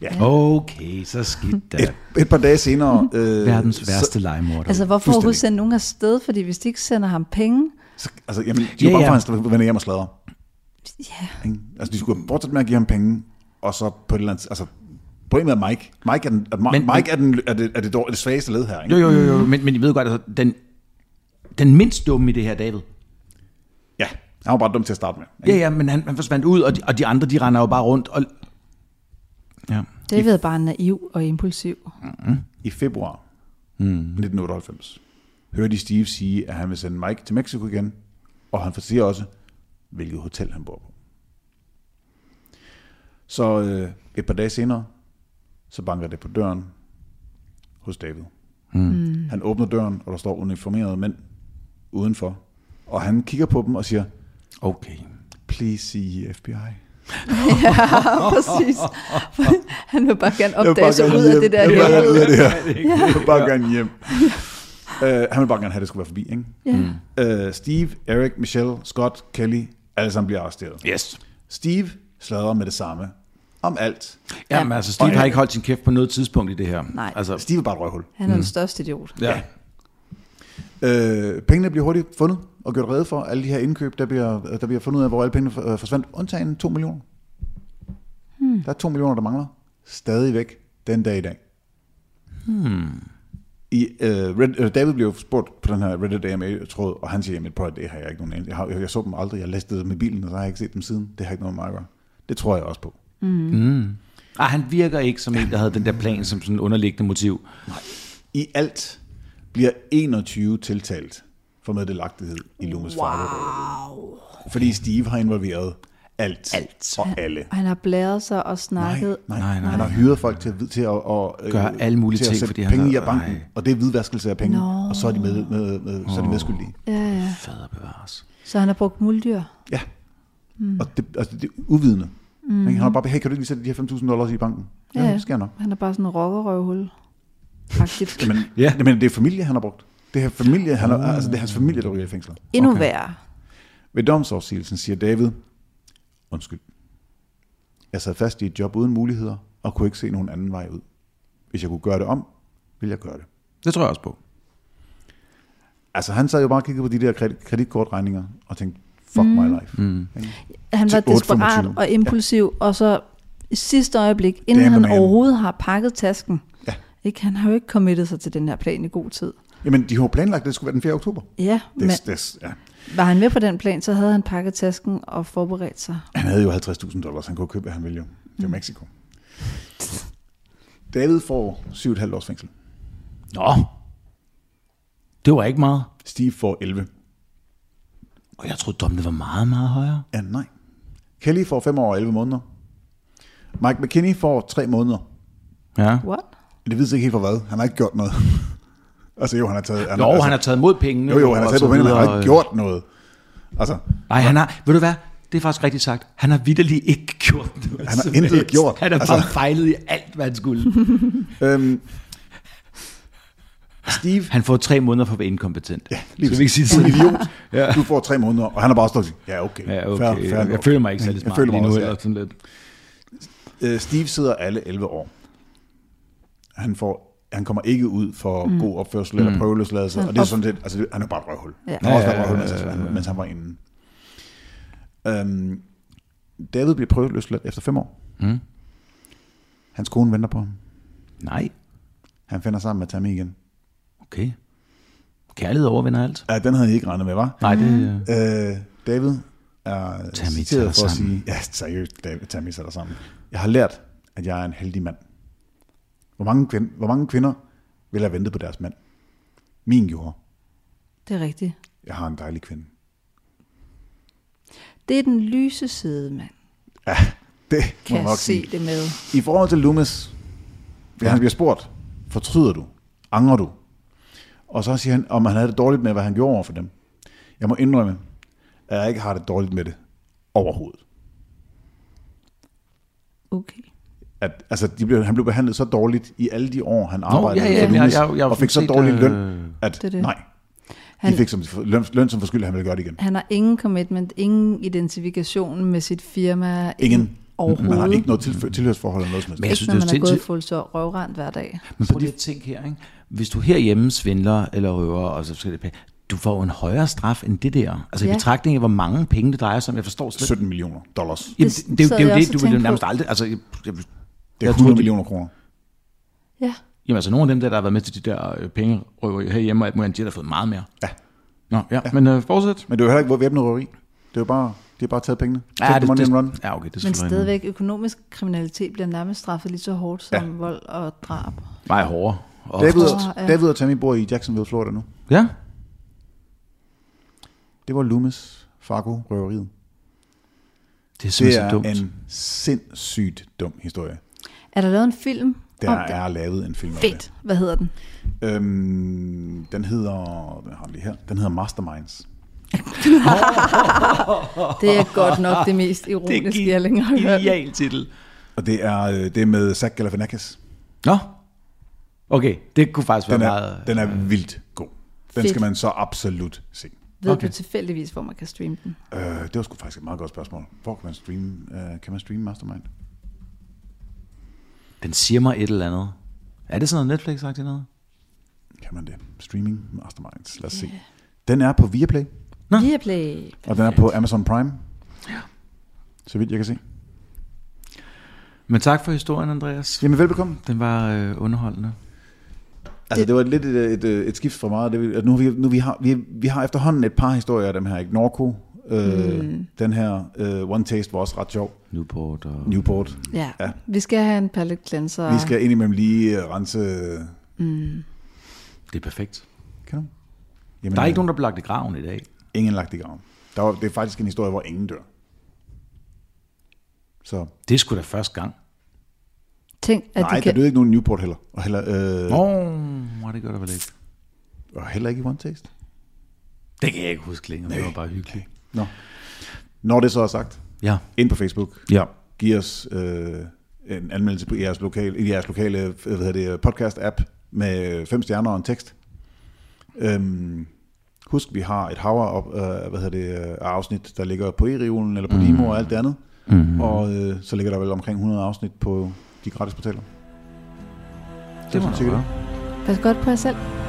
Speaker 2: Ja.
Speaker 1: Okay, så skidt da.
Speaker 2: Et, et par dage senere...
Speaker 1: (laughs)
Speaker 2: Øh,
Speaker 1: Verdens
Speaker 2: så-
Speaker 1: værste legemorder.
Speaker 3: Altså, hvorfor
Speaker 2: Fuldstændig.
Speaker 3: overhovedet sende nogen afsted? Fordi hvis de ikke sender ham penge,
Speaker 2: Så, altså, jamen, de var
Speaker 1: Ja,
Speaker 2: bare
Speaker 1: ja.
Speaker 2: for, at han vende hjem og sladre.
Speaker 3: ja,
Speaker 2: Ikke? Altså, de skulle have fortsat med at give ham penge, og så på et eller andet... Altså, problemet er Mike. Mike er, den, er,
Speaker 1: Men-
Speaker 2: Mike er, den, er, det, er det, dår- det svageste led her, ikke?
Speaker 1: Jo, jo, jo, jo. Men, men I ved godt, altså, den, den mindst dumme i det her, David.
Speaker 2: Ja, han var bare dum til at starte med.
Speaker 1: Ja, ja, men han, han forsvandt ud, og de, og de andre, de render jo bare rundt. Og... Ja.
Speaker 3: det David er bare naiv og impulsiv.
Speaker 2: I februar mm. 1998 hørte Steve sige, at han vil sende Mike til Mexico igen, og han fortæller også, hvilket hotel han bor på. Så øh, et par dage senere, så banker det på døren hos David. Mm. Han åbner døren, og der står uniformerede mænd udenfor, og han kigger på dem og siger,
Speaker 1: Okay.
Speaker 2: please E see FBI.
Speaker 6: (laughs) Ja, præcis. (laughs) Han vil bare gerne
Speaker 2: vil
Speaker 6: opdage
Speaker 2: bare
Speaker 6: sig
Speaker 2: gerne
Speaker 6: ud af
Speaker 2: hjem.
Speaker 6: det der.
Speaker 2: Jeg vil bare gerne ud
Speaker 6: helvede.
Speaker 2: af det her. Jeg vil bare gerne hjem. Øh, han vil bare gerne have, at det skulle være forbi, ikke?
Speaker 3: Ja. Mm.
Speaker 2: Øh, Steve, Eric, Michelle, Scott, Kelly, alle sammen bliver arresteret.
Speaker 1: Yes.
Speaker 2: Steve slader med det samme om alt.
Speaker 1: Jamen altså, Steve har ikke holdt sin kæft på noget tidspunkt i det her.
Speaker 6: Nej.
Speaker 1: Altså,
Speaker 2: Steve er bare et røghul.
Speaker 6: Han er den største idiot.
Speaker 1: ja.
Speaker 2: Øh, pengene bliver hurtigt fundet og gjort redde for. Alle de her indkøb, der bliver, der bliver fundet ud af, hvor alle pengene øh, forsvandt. Undtagen 2 millioner. Hmm. Der er 2 millioner, der mangler. Stadigvæk den dag i dag. Hmm. I, øh, Red, øh, David blev spurgt på den her Reddit AMA-tråd, og han siger, jamen prøv at det har jeg ikke nogen anelse. Jeg, har, jeg, jeg, så dem aldrig, jeg læste dem i bilen, og så har jeg ikke set dem siden. Det har ikke noget med mig at gøre. Det tror jeg også på.
Speaker 1: Ej, han virker ikke som en, der havde den der plan som sådan en underliggende motiv.
Speaker 2: I alt bliver 21 tiltalt for meddelagtighed i Loomis wow. Fordi Steve har involveret alt, alt. og alle.
Speaker 3: Og han har blæret sig og
Speaker 2: Nej,
Speaker 3: snakket.
Speaker 2: nej, nej, nej. Han har hyret folk til at, vid- til at, og, øh,
Speaker 1: Gøre alle mulige
Speaker 2: til at
Speaker 1: ting,
Speaker 2: sætte
Speaker 1: fordi han
Speaker 2: penge i
Speaker 1: har-
Speaker 2: af banken,
Speaker 1: nej.
Speaker 2: og det er hvidvaskelse af penge,
Speaker 3: Nå.
Speaker 2: og så er de, med, med, med, så er de medskyldige.
Speaker 3: Ja, ja.
Speaker 1: Fader bevares.
Speaker 3: Så han har brugt muldyr.
Speaker 2: Ja,
Speaker 3: Hmm.
Speaker 2: mm. og det, altså, det er uvidende. Mm. Han har bare, hey, kan du ikke lige sætte de her 5.000 dollars i banken? Ja,
Speaker 3: Ja,
Speaker 2: ja.
Speaker 3: ja.
Speaker 2: det sker nok.
Speaker 3: Han er bare sådan en rockerøvhul. Faktisk.
Speaker 2: Jamen, ja. jamen, det er familie, han har brugt. Det er, familie, han har,
Speaker 1: Ah.
Speaker 2: altså, det er hans familie, der ryger i fængsler.
Speaker 3: Endnu okay. værre.
Speaker 2: Ved domsafsigelsen siger David, undskyld, jeg sad fast i et job uden muligheder, og kunne ikke se nogen anden vej ud. Hvis jeg kunne gøre det om, ville jeg gøre det.
Speaker 1: Det tror jeg også på.
Speaker 2: Altså han sad jo bare og kiggede på de der kredit- kreditkortregninger, og tænkte, fuck mm. my life. Mm.
Speaker 3: Han
Speaker 2: Til
Speaker 3: var
Speaker 2: 8,25.
Speaker 3: desperat og impulsiv, ja. og så i sidste øjeblik, inden
Speaker 2: Damn
Speaker 3: han
Speaker 2: the man.
Speaker 3: overhovedet har pakket tasken.
Speaker 2: Ja.
Speaker 3: Ikke, han har jo ikke committet sig til den her plan i god tid.
Speaker 2: Jamen, de har jo planlagt, at det skulle være den 4. oktober.
Speaker 3: Ja, men
Speaker 2: Des, des, ja.
Speaker 3: var han med på den plan, så havde han pakket tasken og forberedt sig.
Speaker 2: Han havde jo 50.000 dollars, han kunne købe, hvad han ville jo. Det er Mexico. David får 7,5 års fængsel.
Speaker 1: Nå. Det var ikke meget.
Speaker 2: Steve får 11.
Speaker 1: Og jeg troede, dommen var meget, meget højere.
Speaker 2: Ja, nej. Kelly får 5 år og 11 måneder. Mike McKinney får 3 måneder.
Speaker 1: Ja.
Speaker 3: What?
Speaker 2: Det vides ikke helt for hvad. Han har ikke gjort noget. (laughs) altså jo, han har taget... Han,
Speaker 1: Jo,
Speaker 2: altså,
Speaker 1: han har taget mod pengene.
Speaker 2: jo, jo, han har
Speaker 1: og
Speaker 2: taget
Speaker 1: så
Speaker 2: på pengene, men han har
Speaker 1: videre,
Speaker 2: ikke gjort noget. Altså,
Speaker 1: øh. Nej, han har, ved du hvad? Det er faktisk rigtigt sagt. Han har vidderligt ikke gjort noget.
Speaker 2: Han har
Speaker 1: som
Speaker 2: intet
Speaker 1: helst.
Speaker 2: gjort.
Speaker 1: Han har
Speaker 2: Altså-
Speaker 1: bare fejlet i alt, hvad han
Speaker 2: (laughs)
Speaker 1: skulle. (laughs)
Speaker 2: øhm, Steve,
Speaker 1: Han får tre måneder for at være inkompetent. Ja,
Speaker 2: lige
Speaker 1: Skal vi ikke sige
Speaker 2: du er en
Speaker 1: sådan?
Speaker 2: idiot. Du får tre måneder, og han har bare stået og sagt, ja, okay.
Speaker 1: Ja, okay.
Speaker 2: Fair, fair
Speaker 1: jeg
Speaker 2: nok.
Speaker 1: føler mig ikke særlig
Speaker 2: Jeg
Speaker 1: smart
Speaker 2: føler
Speaker 1: lige
Speaker 2: mig
Speaker 1: nu.
Speaker 2: også, ja.
Speaker 1: eller sådan lidt.
Speaker 2: Øh, Steve sidder alle 11 år. Han får han kommer ikke ud for mm. god opførsel eller prøveløsladelse, og det er sådan set, altså det- han er bare et røvhul.
Speaker 3: Ja.
Speaker 2: Han har også været et røvhul, mens han- mens han var inde. Øhm, David bliver prøveløsladt efter fem år. Mm.
Speaker 1: Hmm?
Speaker 2: Hans kone venter på ham.
Speaker 1: Nej,
Speaker 2: Han finder sammen med Tammy igen.
Speaker 1: okay. Kærlighed overvinder alt.
Speaker 2: Ja, den havde I ikke regnet med, var?
Speaker 1: Nej, det er...
Speaker 2: Øh, David er
Speaker 1: Tammy
Speaker 2: citeret
Speaker 1: tager
Speaker 2: for at
Speaker 1: sammen.
Speaker 2: sige, ja, seriøst, David, Tammy sætter sammen. Jeg har lært, at jeg er en heldig mand. Hvor mange, kvind, hvor mange kvinder vil have ventet på deres mand? Min gjorde.
Speaker 3: Det er rigtigt.
Speaker 2: Jeg har en dejlig kvinde.
Speaker 3: Det er den lyse side, man
Speaker 2: Ja, det må jeg
Speaker 3: kan
Speaker 2: nok
Speaker 3: se
Speaker 2: sige.
Speaker 3: det med.
Speaker 2: I forhold til Loomis, ja. han bliver spurgt, fortryder du? Angrer du? Og så siger han, om han havde det dårligt med, hvad han gjorde over for dem. Jeg må indrømme, at jeg ikke har det dårligt med det overhovedet.
Speaker 3: Okay.
Speaker 2: at altså, de blev, han blev behandlet så dårligt i alle de år, han arbejdede
Speaker 1: ja, ja,
Speaker 2: for
Speaker 1: men jeg-
Speaker 2: Loomis,
Speaker 1: jeg- jeg- jeg-
Speaker 2: og fik så
Speaker 1: set,
Speaker 2: dårlig
Speaker 1: øh,
Speaker 2: løn, at
Speaker 3: er
Speaker 2: det
Speaker 3: det.
Speaker 2: det. nej,
Speaker 3: Han-
Speaker 2: de fik som, løn, løn som forskyld, at han ville gøre det igen.
Speaker 3: Han har ingen commitment, ingen identifikation med sit firma.
Speaker 2: Ingen.
Speaker 3: Overhovedet.
Speaker 2: Han har ikke noget tilfø- tilhørsforhold eller noget som
Speaker 1: Men
Speaker 2: helst.
Speaker 1: jeg
Speaker 3: Ikke
Speaker 1: synes,
Speaker 3: når
Speaker 1: det er
Speaker 3: man er gået
Speaker 1: sindssygt.
Speaker 3: fuld så røvrent hver dag.
Speaker 1: Men prøv lige at tænke her, ikke? hvis du herhjemme svindler eller røver, og så skal det penge, du får jo en højere straf end det der. Altså
Speaker 3: Ja.
Speaker 1: i betragtning af, hvor mange penge det drejer sig om, jeg forstår slet
Speaker 2: 17 millioner dollars.
Speaker 1: Jamen,
Speaker 3: Det
Speaker 1: det, det, det,
Speaker 3: sad
Speaker 1: det, er
Speaker 3: jeg
Speaker 1: jo
Speaker 3: også
Speaker 1: det,
Speaker 3: og
Speaker 1: du vil jo
Speaker 3: tænkte
Speaker 1: nærmest
Speaker 3: på.
Speaker 1: aldrig... Altså, jeg, jeg,
Speaker 2: Det er
Speaker 1: jeg
Speaker 2: 100
Speaker 1: troede, de-
Speaker 2: millioner kroner.
Speaker 3: Ja.
Speaker 1: Jamen altså nogle af dem der, der har været med til de der øh, pengerøver herhjemme og alt muligt andet, de har da fået meget mere.
Speaker 2: Ja.
Speaker 1: Nå, ja, ja. men øh, fortsæt.
Speaker 2: Men det var heller ikke væbnet røveri. Det var bare, de De har bare taget pengene.
Speaker 1: Ja,
Speaker 2: Take the
Speaker 1: det-
Speaker 2: money
Speaker 1: det-
Speaker 2: and run.
Speaker 1: Ja, okay, det er
Speaker 6: Men
Speaker 1: selvfølgelig
Speaker 6: stadigvæk, økonomisk kriminalitet bliver nærmest straffet lige så hårdt som ja. vold og drab.
Speaker 1: meget hårdere. Og
Speaker 2: David,
Speaker 6: Åh, ja.
Speaker 2: og, David og Tammy bor i Jacksonville, Florida nu.
Speaker 1: Ja,
Speaker 2: Det var Loomis, Fargo, røveriet.
Speaker 1: det er
Speaker 2: Det
Speaker 1: simpelthen
Speaker 2: er
Speaker 1: så dumt.
Speaker 2: en sindssygt dum historie.
Speaker 6: Er der lavet en film
Speaker 2: Der
Speaker 6: om det?
Speaker 2: er lavet en film om det.
Speaker 6: Fedt. Hvad hedder den?
Speaker 2: Øhm, den hedder, den har jeg lige her, den hedder Masterminds.
Speaker 6: Det
Speaker 2: (laughs)
Speaker 6: er godt nok det mest ironiske, det jeg længere har hørt.
Speaker 1: Genial titel.
Speaker 2: Og det er, øh, det er med Zach Galifianakis.
Speaker 1: Nå, okay, det kunne faktisk være
Speaker 2: Den
Speaker 1: meget...
Speaker 2: er, den er vildt god. Den
Speaker 6: Fedt.
Speaker 2: skal man så absolut se.
Speaker 6: Ved
Speaker 1: Okay.
Speaker 6: okay. du tilfældigvis, hvor man kan streame den?
Speaker 2: Øh, det var sgu faktisk et meget godt spørgsmål. Hvor kan man streame, øh, kan man streame Mastermind?
Speaker 1: Den siger mig et eller andet. Er det sådan noget netflix sagt noget?
Speaker 2: Kan man det? Streaming Masterminds. Lad os yeah. se. Den er på Viaplay,
Speaker 1: Nå.
Speaker 6: Viaplay.
Speaker 2: og den er på Amazon Prime. Ja. Så vidt jeg kan se.
Speaker 1: Men tak for historien, Andreas.
Speaker 2: Jamen velbekomme.
Speaker 1: Den var øh, underholdende.
Speaker 2: Altså det var lidt et, et, et, et skift fra meget. Det, vi- at nu, har vi, nu vi har vi, vi har efterhånden et par historier af dem her. Ikke? Norco, øh, mm. den her øh, One Taste var også ret sjov.
Speaker 1: Newport og...
Speaker 2: Newport.
Speaker 6: Ja.
Speaker 2: Ja.
Speaker 6: ja. Vi skal have en palette cleanser.
Speaker 2: Vi skal indimellem lige øh, rense...
Speaker 1: Det er perfekt.
Speaker 2: Kan du? Jamen,
Speaker 1: Der er ikke
Speaker 2: øh,
Speaker 1: nogen, der bliver lagt i graven i dag.
Speaker 2: Ingen lagt i graven. Der var, det er faktisk en historie, hvor ingen dør. Så
Speaker 1: Det er sgu da første gang.
Speaker 6: Tænk, at
Speaker 2: At nej,
Speaker 6: de
Speaker 2: kan...
Speaker 6: kan...
Speaker 2: der døde ikke nogen i Newport heller. Og heller, øh,
Speaker 1: Åh, øh. oh, det gør der vel ikke.
Speaker 2: og heller ikke i One Taste.
Speaker 1: Det kan jeg ikke huske længere, men det var bare hyggeligt.
Speaker 2: Nå. Når det så er sagt,
Speaker 1: Ja.
Speaker 2: ind på Facebook.
Speaker 1: Ja.
Speaker 2: Giv os øh, en anmeldelse på jeres lokale, i jeres lokale øh, hvad hedder det, podcast-app med fem stjerner og en tekst. Øhm, husk, vi har et hav op, øh, hvad hedder det, øh, af afsnit, der ligger på e-reolen eller på Limo og alt det andet.
Speaker 1: Mm-hmm.
Speaker 2: Og øh, så ligger der vel omkring 100 afsnit på de gratis portaler.
Speaker 1: Det må
Speaker 2: sådan
Speaker 1: der
Speaker 2: cirka
Speaker 1: være.
Speaker 6: Pas godt på jer selv.